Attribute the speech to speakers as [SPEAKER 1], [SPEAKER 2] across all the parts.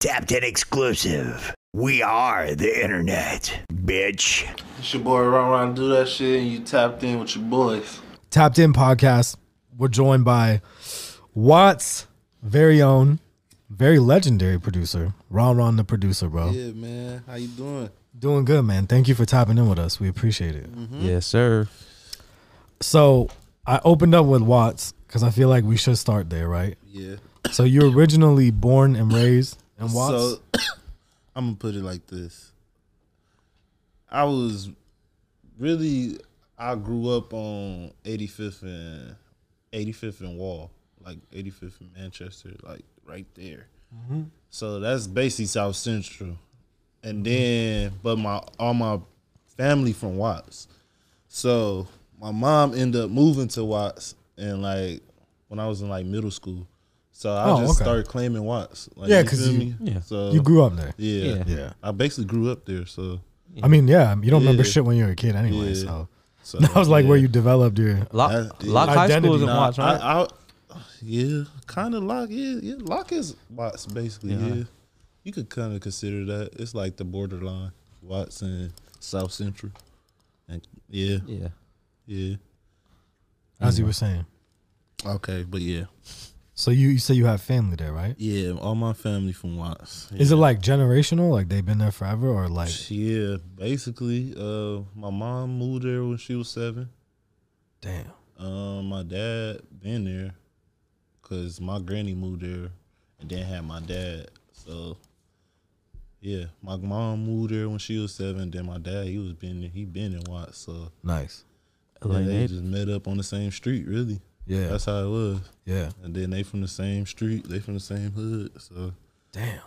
[SPEAKER 1] Tapped in exclusive. We are the internet, bitch.
[SPEAKER 2] It's your boy Ron Ron do that shit, and you tapped in with your boys.
[SPEAKER 3] Tapped In podcast. We're joined by Watts' very own, very legendary producer, Ron Ron, the producer, bro.
[SPEAKER 2] Yeah, man. How you doing?
[SPEAKER 3] Doing good, man. Thank you for tapping in with us. We appreciate it.
[SPEAKER 4] Yes, sir.
[SPEAKER 3] So I opened up with Watts because I feel like we should start there, right?
[SPEAKER 2] Yeah.
[SPEAKER 3] So you're originally born and raised in Watts.
[SPEAKER 2] So I'm gonna put it like this. I was really I grew up on 85th and 85th and Wall, like 85th and Manchester, like right there.
[SPEAKER 3] Mm-hmm.
[SPEAKER 2] So that's basically South Central,
[SPEAKER 3] Mm-hmm.
[SPEAKER 2] and then but my all my family from Watts. So my mom ended up moving to Watts, and like when I was in like middle school. So I
[SPEAKER 3] Oh,
[SPEAKER 2] just
[SPEAKER 3] okay.
[SPEAKER 2] started claiming Watts. Like,
[SPEAKER 3] Yeah,
[SPEAKER 2] you
[SPEAKER 3] 'cause
[SPEAKER 2] feel
[SPEAKER 3] you-
[SPEAKER 2] me?
[SPEAKER 4] Yeah.
[SPEAKER 2] So
[SPEAKER 3] you grew up there.
[SPEAKER 2] Yeah.
[SPEAKER 4] Yeah.
[SPEAKER 3] Yeah.
[SPEAKER 2] I basically grew up there, so
[SPEAKER 3] I mean, yeah, you don't remember
[SPEAKER 2] Yeah.
[SPEAKER 3] shit when you were a kid anyway.
[SPEAKER 2] Yeah.
[SPEAKER 3] So
[SPEAKER 2] so
[SPEAKER 3] that was like where
[SPEAKER 2] yeah.
[SPEAKER 3] you developed your.
[SPEAKER 2] That's-
[SPEAKER 4] Lock, lock high
[SPEAKER 3] Identity.
[SPEAKER 4] school is in
[SPEAKER 2] Nah,
[SPEAKER 4] Watts, right?
[SPEAKER 2] I, I, yeah, kind of lock. Yeah, yeah, lock is Watts basically. Yeah, you could kind of consider that. It's like the borderline Watts and South Central, and yeah,
[SPEAKER 4] yeah.
[SPEAKER 2] yeah.
[SPEAKER 3] As you were saying.
[SPEAKER 2] Okay, but yeah,
[SPEAKER 3] So you, you say you have family there, right?
[SPEAKER 2] yeah. All my family from Watts.
[SPEAKER 3] Is it like generational? Like they've been there forever, or like
[SPEAKER 2] Yeah, basically. Uh, my mom moved there when she was seven.
[SPEAKER 3] damn?
[SPEAKER 2] Um, my dad been there, cause my granny moved there, and then had my dad. So, yeah, my mom moved there when she was seven. Then my dad, he was been there. He been in Watts, so
[SPEAKER 3] Nice.
[SPEAKER 2] and
[SPEAKER 4] Like,
[SPEAKER 2] they
[SPEAKER 4] they-
[SPEAKER 2] just met up on the same street. Really,
[SPEAKER 3] Yeah.
[SPEAKER 2] that's how it was.
[SPEAKER 3] yeah.
[SPEAKER 2] And then they from the same street. They from the same hood. So,
[SPEAKER 3] Damn.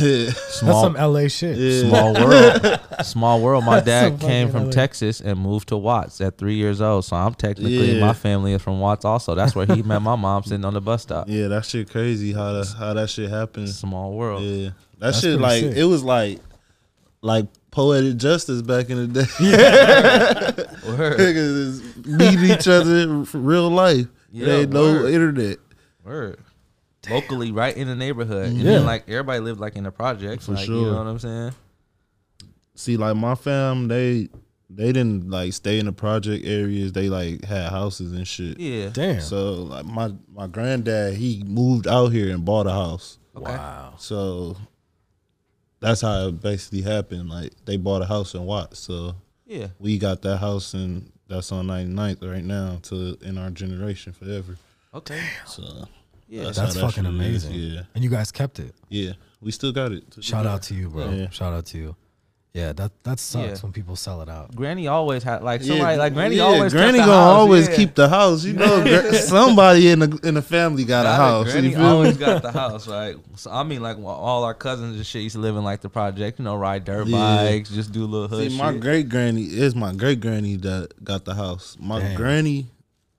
[SPEAKER 2] yeah,
[SPEAKER 3] That's
[SPEAKER 4] small,
[SPEAKER 3] some LA shit.
[SPEAKER 4] small world. small world. My
[SPEAKER 3] That's
[SPEAKER 4] dad
[SPEAKER 3] some
[SPEAKER 4] came
[SPEAKER 3] fucking
[SPEAKER 4] from
[SPEAKER 3] other-
[SPEAKER 4] Texas and moved to Watts at three years old. So I'm technically
[SPEAKER 2] Yeah.
[SPEAKER 4] my family is from Watts also. That's where he met my mom sitting on the bus stop.
[SPEAKER 2] yeah, that shit crazy how that how that shit happens.
[SPEAKER 4] Small world.
[SPEAKER 2] Yeah, that
[SPEAKER 3] pretty
[SPEAKER 2] shit like
[SPEAKER 3] sick.
[SPEAKER 2] it was like like poetic justice back in the day.
[SPEAKER 4] Word.
[SPEAKER 2] Niggas is meeting each other in real life.
[SPEAKER 4] Yeah,
[SPEAKER 2] there ain't no
[SPEAKER 4] word.
[SPEAKER 2] internet.
[SPEAKER 4] Word. Locally, right in the neighborhood. And
[SPEAKER 3] Yeah.
[SPEAKER 4] then like everybody lived like in the projects.
[SPEAKER 2] For
[SPEAKER 4] like, You
[SPEAKER 2] sure.
[SPEAKER 4] know what I'm saying?
[SPEAKER 2] See, like my fam, they they didn't like stay in the project areas. They like had houses and shit.
[SPEAKER 4] Yeah.
[SPEAKER 3] Damn.
[SPEAKER 2] So like my my granddad, he moved out here and bought a house.
[SPEAKER 4] Okay.
[SPEAKER 3] Wow.
[SPEAKER 2] So that's how it basically happened. Like they bought a house in Watts. So
[SPEAKER 4] Yeah.
[SPEAKER 2] we got that house and that's on 99th right now to in our generation forever.
[SPEAKER 4] Okay.
[SPEAKER 2] So
[SPEAKER 4] Yeah.
[SPEAKER 2] how
[SPEAKER 3] That's
[SPEAKER 2] that
[SPEAKER 3] fucking
[SPEAKER 2] shit is.
[SPEAKER 3] amazing.
[SPEAKER 2] Yeah.
[SPEAKER 3] And you guys kept it.
[SPEAKER 2] Yeah. We still got it. to this
[SPEAKER 3] Shout
[SPEAKER 2] day.
[SPEAKER 3] out to you, bro.
[SPEAKER 2] Yeah.
[SPEAKER 3] Shout out to you. Yeah, that that sucks
[SPEAKER 4] Yeah.
[SPEAKER 3] when people sell it out.
[SPEAKER 4] Granny always had like
[SPEAKER 2] Yeah,
[SPEAKER 4] somebody like Granny
[SPEAKER 2] yeah,
[SPEAKER 4] always kept
[SPEAKER 2] Granny
[SPEAKER 4] the
[SPEAKER 2] gonna
[SPEAKER 4] house,
[SPEAKER 2] always
[SPEAKER 4] yeah.
[SPEAKER 2] keep the house. You know, gra- somebody in the in the family got a
[SPEAKER 4] Nah,
[SPEAKER 2] house.
[SPEAKER 4] Granny
[SPEAKER 2] You feel me?
[SPEAKER 4] always got the house, right? So I mean, like while all our cousins and shit used to live in like the project, you know, ride dirt
[SPEAKER 2] Yeah.
[SPEAKER 4] bikes, just do little hood
[SPEAKER 2] See,
[SPEAKER 4] shit.
[SPEAKER 2] my great granny is my great granny that got the house. My
[SPEAKER 3] Damn.
[SPEAKER 2] granny,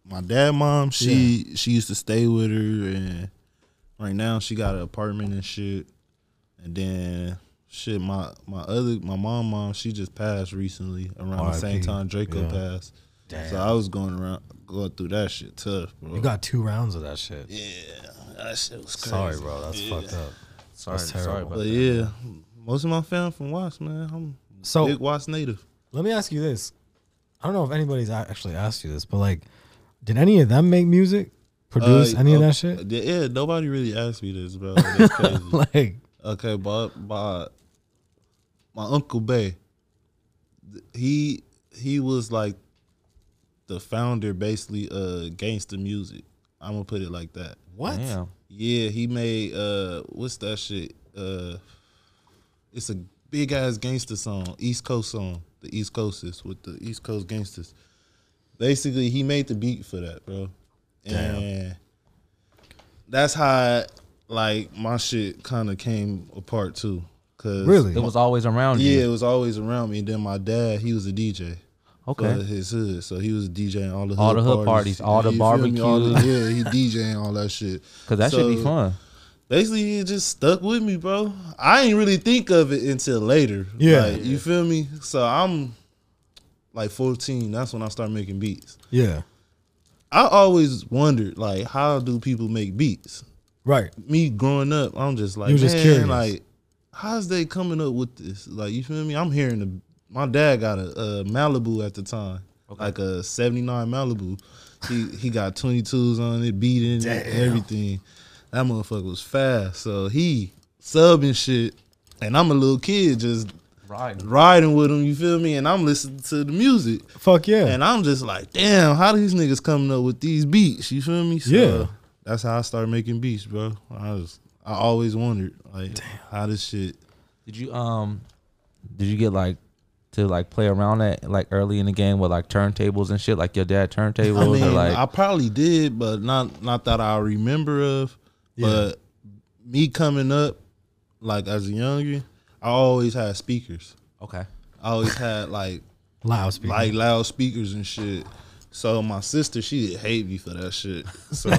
[SPEAKER 2] my dad, mom, she she used to stay with her, and right now she got an apartment and shit. And then shit, my my other my mom, mom, she just passed recently around the same
[SPEAKER 3] RIP.
[SPEAKER 2] time Draco
[SPEAKER 3] Yeah.
[SPEAKER 2] passed.
[SPEAKER 3] Damn.
[SPEAKER 2] So I was going around going through that shit tough, bro.
[SPEAKER 3] You got two rounds of that shit.
[SPEAKER 2] yeah, that shit was crazy.
[SPEAKER 3] Sorry, bro. That's fucked up.
[SPEAKER 4] sorry,
[SPEAKER 3] that's
[SPEAKER 4] sorry
[SPEAKER 3] terrible.
[SPEAKER 4] about
[SPEAKER 2] But
[SPEAKER 4] that.
[SPEAKER 2] yeah, most of my fam from Watts, man. I'm
[SPEAKER 3] So-
[SPEAKER 2] big Watts native.
[SPEAKER 3] Let me ask you this. I don't know if anybody's a- actually asked you this, but like, did any of them make music, produce
[SPEAKER 2] Uh,
[SPEAKER 3] any of
[SPEAKER 2] uh,
[SPEAKER 3] that shit?
[SPEAKER 2] Yeah, nobody really asked me this, bro. That's crazy.
[SPEAKER 3] Like,
[SPEAKER 2] okay, but but my uncle Bay, th- he he was like the founder, basically, of gangster music. I'm gonna put it like that.
[SPEAKER 3] what?
[SPEAKER 4] Damn.
[SPEAKER 2] Yeah, he made uh, what's that shit? Uh, it's a big ass gangster song, East Coast song, the East Coasters with the East Coast gangsters. Basically, he made the beat for that, bro. And that's how like my shit kind of came apart too. Cause
[SPEAKER 3] Really?
[SPEAKER 4] It was always around
[SPEAKER 2] yeah, it
[SPEAKER 4] you.
[SPEAKER 2] was always around me. And then my dad, he was a DJ
[SPEAKER 4] Okay.
[SPEAKER 2] for his hood. So he was DJing all the hood
[SPEAKER 4] All the hood parties, all the
[SPEAKER 2] You feel me? All the-
[SPEAKER 4] barbecues.
[SPEAKER 2] yeah, he DJing all that shit.
[SPEAKER 4] Cause that should be
[SPEAKER 2] So,
[SPEAKER 4] fun.
[SPEAKER 2] Basically, it just stuck with me, bro. I ain't really think of it until later.
[SPEAKER 3] Yeah.
[SPEAKER 2] Like, you feel me? So I'm like 14. That's when I start making beats.
[SPEAKER 3] Yeah.
[SPEAKER 2] I always wondered, like, how do people make beats?
[SPEAKER 3] Right.
[SPEAKER 2] me growing up, I'm just like,
[SPEAKER 3] You were just
[SPEAKER 2] man,
[SPEAKER 3] curious.
[SPEAKER 2] like, how's they coming up with this? Like, you feel me? I'm hearing the, my dad got a, a Malibu at the time, like a '79 Malibu. He he got 22s on it, beating it, and everything. That motherfucker was fast, so he subbing shit, and I'm a little kid just
[SPEAKER 4] Right.
[SPEAKER 2] riding with him. You feel me? And I'm listening to the music.
[SPEAKER 3] Fuck yeah.
[SPEAKER 2] And I'm just like, damn, how these niggas coming up with these beats? You feel me? So
[SPEAKER 3] Yeah.
[SPEAKER 2] That's how I started making beats, bro. I was I always wondered like how this shit
[SPEAKER 4] Did you um did you get like to like play around at like early in the game with like turntables and shit like your dad turntables
[SPEAKER 2] I mean,
[SPEAKER 4] or like
[SPEAKER 2] I probably did, but not not that I remember of. But me coming up, like as a younger, I always had speakers.
[SPEAKER 4] okay
[SPEAKER 2] I always had like
[SPEAKER 3] Loudspeaker.
[SPEAKER 2] like loudspeakers and shit. So my sister, she did hate me for that shit. So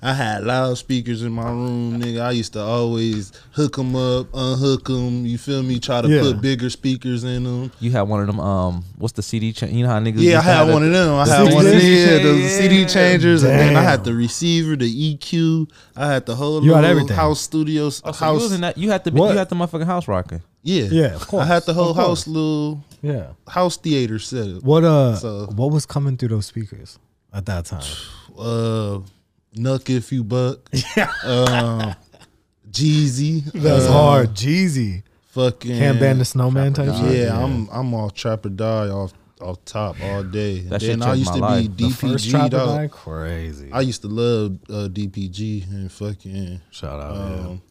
[SPEAKER 2] I had loudspeakers in my room, nigga. I used to always hook them up, unhook them. You feel me? Try to
[SPEAKER 3] Yeah.
[SPEAKER 2] put bigger speakers in them.
[SPEAKER 4] you had one of them um what's the CD cha- you know how niggas used
[SPEAKER 2] Yeah,
[SPEAKER 4] to
[SPEAKER 2] I had
[SPEAKER 4] have
[SPEAKER 2] one
[SPEAKER 4] the-
[SPEAKER 2] of them. I
[SPEAKER 4] the
[SPEAKER 2] had one of them.
[SPEAKER 4] CD
[SPEAKER 2] Yeah, the
[SPEAKER 4] changer.
[SPEAKER 2] CD changers, and then I had
[SPEAKER 3] Damn.
[SPEAKER 2] the receiver, the EQ. I had the whole
[SPEAKER 3] You had
[SPEAKER 2] little
[SPEAKER 3] everything.
[SPEAKER 2] house studios
[SPEAKER 4] Oh, so you
[SPEAKER 2] house.
[SPEAKER 4] was in that- you had to be,
[SPEAKER 3] What?
[SPEAKER 4] you had the motherfucking house rocking
[SPEAKER 2] yeah,
[SPEAKER 3] Yeah, of
[SPEAKER 2] I had
[SPEAKER 3] course,
[SPEAKER 2] the whole
[SPEAKER 3] of course.
[SPEAKER 2] house little
[SPEAKER 3] yeah.
[SPEAKER 2] house theater setup.
[SPEAKER 3] What uh
[SPEAKER 2] So-
[SPEAKER 3] what was coming through those speakers at that time?
[SPEAKER 2] uh Nuck If You Buck, um, Jeezy.
[SPEAKER 3] That's
[SPEAKER 2] uh,
[SPEAKER 3] hard. Jeezy.
[SPEAKER 2] Fucking
[SPEAKER 3] Can't ban the snowman type
[SPEAKER 2] Yeah,
[SPEAKER 3] shit.
[SPEAKER 2] I'm I'm all trap or die off off top all day.
[SPEAKER 4] That shit
[SPEAKER 2] then I
[SPEAKER 4] changed
[SPEAKER 2] used
[SPEAKER 4] my
[SPEAKER 2] to
[SPEAKER 4] life.
[SPEAKER 2] be
[SPEAKER 3] The first
[SPEAKER 2] DPG.
[SPEAKER 3] Trapper
[SPEAKER 2] dog.
[SPEAKER 3] Guy, crazy.
[SPEAKER 2] I used to love uh, DPG and fucking
[SPEAKER 3] Shout out. yeah.
[SPEAKER 2] um,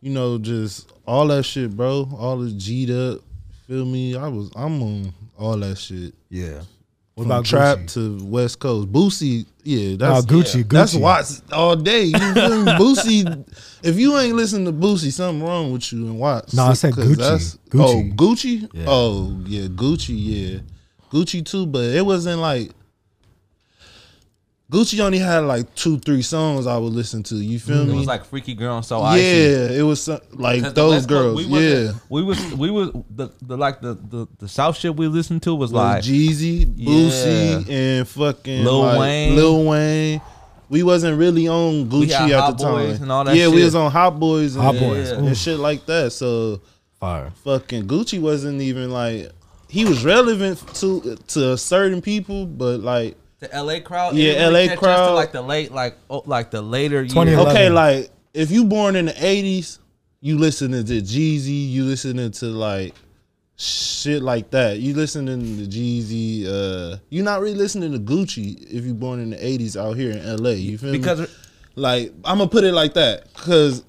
[SPEAKER 2] you know, just all that shit, bro. All the G'd up. Feel me? I was I'm on all that shit.
[SPEAKER 3] Yeah. What
[SPEAKER 2] From
[SPEAKER 3] about
[SPEAKER 2] trap
[SPEAKER 3] Gucci?
[SPEAKER 2] to West Coast. Boosie, yeah, that's
[SPEAKER 3] Oh, Gucci, Gucci.
[SPEAKER 2] That's Watts all day. You feel me? Boosie, if you ain't listening to Boosie, something wrong with you and Watts.
[SPEAKER 3] No, I said
[SPEAKER 2] 'Cause
[SPEAKER 3] Gucci.
[SPEAKER 2] that's- Oh,
[SPEAKER 3] Gucci.
[SPEAKER 2] Gucci?
[SPEAKER 3] Yeah.
[SPEAKER 2] Oh, yeah, Gucci, yeah. Gucci too, but it wasn't like Gucci only had like two, three songs I would listen to. You feel
[SPEAKER 4] it
[SPEAKER 2] me?
[SPEAKER 4] was like freaky girl and so icy
[SPEAKER 2] Mm-hmm. yeah, it was some, like
[SPEAKER 4] 'Cause the
[SPEAKER 2] those
[SPEAKER 4] West Coast,
[SPEAKER 2] girls.
[SPEAKER 4] we
[SPEAKER 2] yeah.
[SPEAKER 4] wasn't- we was we was the, the like the, the the south shit we listened to was like
[SPEAKER 2] was Jeezy, Boosie, and fucking
[SPEAKER 4] Lil
[SPEAKER 2] like,
[SPEAKER 4] Wayne.
[SPEAKER 2] Lil Wayne. We wasn't really on Gucci
[SPEAKER 4] had
[SPEAKER 2] at
[SPEAKER 4] Hot
[SPEAKER 2] the time.
[SPEAKER 4] Boys and all that
[SPEAKER 2] yeah, we
[SPEAKER 4] shit.
[SPEAKER 2] was on Hot Boys and,
[SPEAKER 3] Hot Boys,
[SPEAKER 2] and
[SPEAKER 3] oof.
[SPEAKER 2] shit like that. So
[SPEAKER 3] Fire.
[SPEAKER 2] fucking Gucci wasn't even like he was relevant to to certain people, but like
[SPEAKER 4] the LA crowd
[SPEAKER 2] Yeah,
[SPEAKER 4] it didn't
[SPEAKER 2] LA
[SPEAKER 4] catch us till,
[SPEAKER 2] crowd.
[SPEAKER 4] like the late like oh, like the later years.
[SPEAKER 3] 2011.
[SPEAKER 2] okay, like if you born in the '80s, you listening to Jeezy, you listening to like shit like that. You listening to Jeezy. Uh, you not really listening to Gucci if you born in the '80s out here in LA. You feel me?
[SPEAKER 4] because
[SPEAKER 2] Like I'm gonna put it like that, cause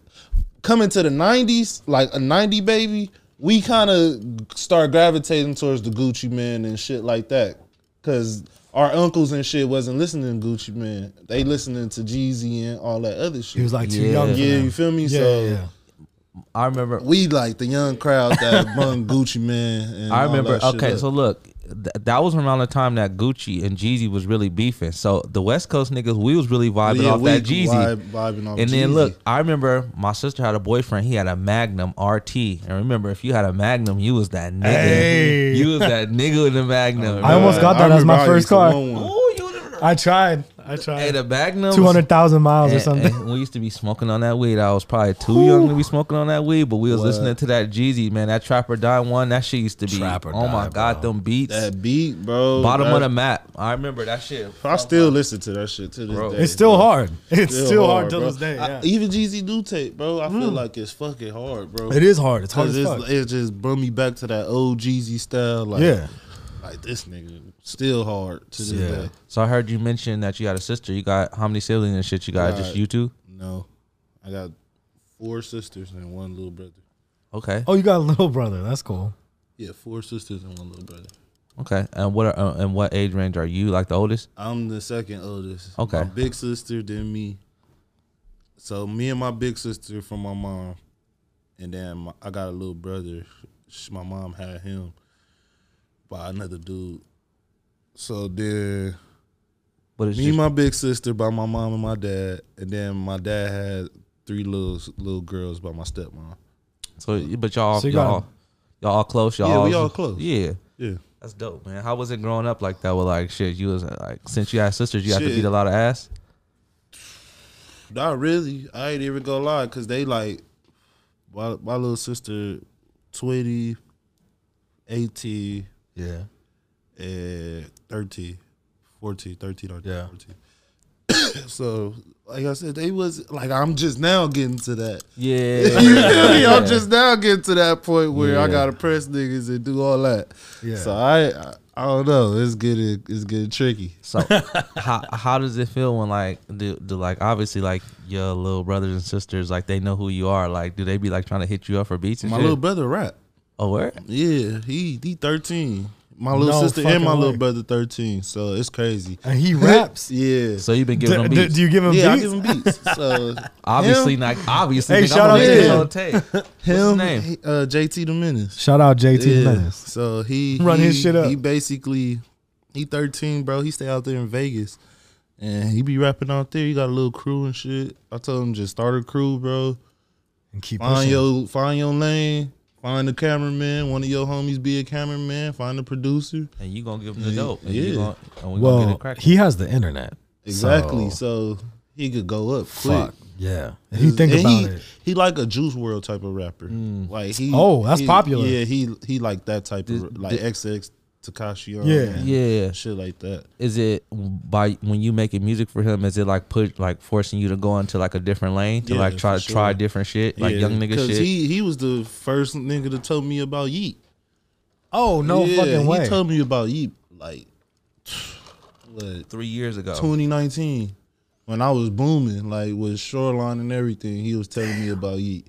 [SPEAKER 2] coming to the '90s, like a '90 baby, we kind of start gravitating towards the Gucci Man and shit like that, cause our uncles and shit wasn't listening to Gucci Man. They listening to Jeezy and all that other shit.
[SPEAKER 3] He was like too
[SPEAKER 4] Yeah.
[SPEAKER 3] young. for
[SPEAKER 2] yeah,
[SPEAKER 3] that.
[SPEAKER 2] you feel me?
[SPEAKER 3] yeah,
[SPEAKER 2] so
[SPEAKER 3] yeah, yeah.
[SPEAKER 4] I remember
[SPEAKER 2] we like the young crowd that bun Gucci Man. And
[SPEAKER 4] I
[SPEAKER 2] all
[SPEAKER 4] remember.
[SPEAKER 2] that shit
[SPEAKER 4] Okay,
[SPEAKER 2] up.
[SPEAKER 4] so look, th- that was around the time that Gucci and Jeezy was really beefing. So the West Coast niggas, we was really vibing
[SPEAKER 2] Yeah,
[SPEAKER 4] off
[SPEAKER 2] we
[SPEAKER 4] that Jeezy.
[SPEAKER 2] vibe- vibing off
[SPEAKER 4] and
[SPEAKER 2] Jeezy.
[SPEAKER 4] then look, I remember my sister had a boyfriend. He had a Magnum RT, and remember if you had a Magnum, you was that nigga.
[SPEAKER 3] Hey.
[SPEAKER 4] You was that nigga in the Magnum.
[SPEAKER 3] I almost got that as
[SPEAKER 2] remember
[SPEAKER 3] my
[SPEAKER 2] I
[SPEAKER 3] first
[SPEAKER 2] used to
[SPEAKER 3] car.
[SPEAKER 2] want one.
[SPEAKER 4] Ooh, you the-
[SPEAKER 3] I tried. I
[SPEAKER 4] Hey,
[SPEAKER 3] tried.
[SPEAKER 4] the Magnum.
[SPEAKER 3] Two hundred thousand miles or something.
[SPEAKER 4] we used to be smoking on that weed. I was probably too young to be smoking on that weed, but we was listening to that Jeezy man, that Trapper Die one. That shit used to be.
[SPEAKER 3] Trap or
[SPEAKER 4] oh my
[SPEAKER 3] Die,
[SPEAKER 4] god, them beats.
[SPEAKER 2] That beat, bro.
[SPEAKER 4] Bottom
[SPEAKER 2] that-
[SPEAKER 4] of the map. I remember that shit.
[SPEAKER 2] I still listen to that shit to this
[SPEAKER 4] Bro.
[SPEAKER 2] day.
[SPEAKER 3] It's still hard. It's still, hard, till
[SPEAKER 2] bro.
[SPEAKER 3] this day.
[SPEAKER 2] I-
[SPEAKER 3] Yeah. Mm.
[SPEAKER 2] even Jeezy do tape, bro. I feel like it's fucking hard, bro.
[SPEAKER 3] it is hard. It's hard
[SPEAKER 2] 'Cause
[SPEAKER 3] as fuck.
[SPEAKER 2] it's, it just brought me back to that old Jeezy style. Like,
[SPEAKER 3] yeah.
[SPEAKER 2] like this nigga still hard to this
[SPEAKER 3] Yeah.
[SPEAKER 2] day.
[SPEAKER 4] So I heard you mention that you got a sister. You got how many siblings and shit you got? Just
[SPEAKER 2] Right.
[SPEAKER 4] you two?
[SPEAKER 2] No, I got four sisters and one little brother.
[SPEAKER 4] Okay.
[SPEAKER 3] Oh, you got a little brother. That's cool.
[SPEAKER 2] Yeah, four sisters and one little brother.
[SPEAKER 4] Okay. And what are, uh, and what age range are you? Like the oldest?
[SPEAKER 2] I'm the second oldest.
[SPEAKER 4] Okay.
[SPEAKER 2] My big sister, then me. So me and my big sister from my mom, and then my, I got a little brother. Sh my mom had him by another dude. So then
[SPEAKER 4] But it's
[SPEAKER 2] me and
[SPEAKER 4] just,
[SPEAKER 2] my big sister by my mom and my dad, and then my dad had three little little girls by my stepmom.
[SPEAKER 4] so but y'all
[SPEAKER 3] So you
[SPEAKER 4] y'all
[SPEAKER 3] got-
[SPEAKER 4] y'all all close. Y'all
[SPEAKER 2] Yeah, we
[SPEAKER 4] all-
[SPEAKER 2] all close.
[SPEAKER 4] Yeah.
[SPEAKER 2] Yeah.
[SPEAKER 4] That's dope, man. How was it growing up like that? With like shit, you was uh, like since you had sisters, you had to
[SPEAKER 2] Shit.
[SPEAKER 4] beat a lot of ass.
[SPEAKER 2] Not really. I ain't even gonna lie, cause they like my my little sister, 20, 18,
[SPEAKER 3] Yeah.
[SPEAKER 2] and 13, 14, 13 or
[SPEAKER 3] Yeah.
[SPEAKER 2] 14. so, like I said, they was like I'm just now getting to that. You
[SPEAKER 4] Yeah.
[SPEAKER 2] feel me? I'm just now getting to that point where I
[SPEAKER 4] Yeah.
[SPEAKER 2] gotta press niggas and do all that.
[SPEAKER 3] Yeah.
[SPEAKER 2] So I, I I don't know. It's getting it's getting tricky.
[SPEAKER 4] so how how does it feel when like do, do like obviously like your little brothers and sisters like they know who you are like do they be like trying to hit you up for beats and
[SPEAKER 2] My
[SPEAKER 4] shit?
[SPEAKER 2] little brother rap.
[SPEAKER 4] oh where
[SPEAKER 2] Yeah, he he thirteen. My little
[SPEAKER 3] No
[SPEAKER 2] sister and my
[SPEAKER 3] fucking way.
[SPEAKER 2] little brother thirteen. So it's crazy.
[SPEAKER 3] And he raps.
[SPEAKER 2] Yeah.
[SPEAKER 4] so you've been
[SPEAKER 3] D-
[SPEAKER 4] giving them
[SPEAKER 3] d-
[SPEAKER 4] beats
[SPEAKER 3] do you give him
[SPEAKER 2] yeah, I
[SPEAKER 3] beats?
[SPEAKER 2] give him beats. So
[SPEAKER 4] obviously not obviously
[SPEAKER 3] Hey,
[SPEAKER 4] nigga,
[SPEAKER 3] shout out
[SPEAKER 4] I'm gonna
[SPEAKER 2] to
[SPEAKER 4] get
[SPEAKER 2] him.
[SPEAKER 4] it on tape. what's his
[SPEAKER 2] him,
[SPEAKER 4] name
[SPEAKER 2] he- uh, JT the Menace.
[SPEAKER 3] Shout out JT
[SPEAKER 2] Yeah.
[SPEAKER 3] Menace.
[SPEAKER 2] So he
[SPEAKER 3] Run
[SPEAKER 2] he,
[SPEAKER 3] his shit up.
[SPEAKER 2] He basically he thirteen, bro. He stay out there in Vegas, and he be rapping out there. He got a little crew and shit. I told him just start a crew, bro.
[SPEAKER 3] And keep
[SPEAKER 2] Find
[SPEAKER 3] pushing.
[SPEAKER 2] your find your lane. Find the cameraman. One of your homies be a cameraman. Find the producer.
[SPEAKER 4] and you gonna give him the dope and
[SPEAKER 2] Yeah.
[SPEAKER 4] you gonna and we gonna get
[SPEAKER 3] well,
[SPEAKER 4] it cracking
[SPEAKER 3] he has the internet.
[SPEAKER 2] Exactly.
[SPEAKER 3] So,
[SPEAKER 2] So, he could go up quick.
[SPEAKER 3] fuck. Yeah. If you think
[SPEAKER 2] And
[SPEAKER 3] about
[SPEAKER 2] he,
[SPEAKER 3] it.
[SPEAKER 2] He like a Juice World type of rapper. Like he.
[SPEAKER 3] Oh, that's
[SPEAKER 2] he-
[SPEAKER 3] popular.
[SPEAKER 2] Yeah, he he like that type
[SPEAKER 4] This-
[SPEAKER 2] of like XX Takashi.
[SPEAKER 3] Yeah.
[SPEAKER 4] yeah
[SPEAKER 2] shit like that.
[SPEAKER 4] is it by when you making music for him is it like put like forcing you to go into like a different lane to
[SPEAKER 2] Yeah,
[SPEAKER 4] like try
[SPEAKER 2] for
[SPEAKER 4] to try
[SPEAKER 2] sure.
[SPEAKER 4] different shit like
[SPEAKER 2] Yeah,
[SPEAKER 4] young nigga
[SPEAKER 2] 'cause
[SPEAKER 4] shit
[SPEAKER 2] He he was the first nigga to tell me about Yeet.
[SPEAKER 3] Oh, no
[SPEAKER 2] yeah,
[SPEAKER 3] fucking way.
[SPEAKER 2] He told me about Yeet like what
[SPEAKER 4] three years ago
[SPEAKER 2] 2019 when I was booming like with Shoreline and everything. He was telling me about Yeet.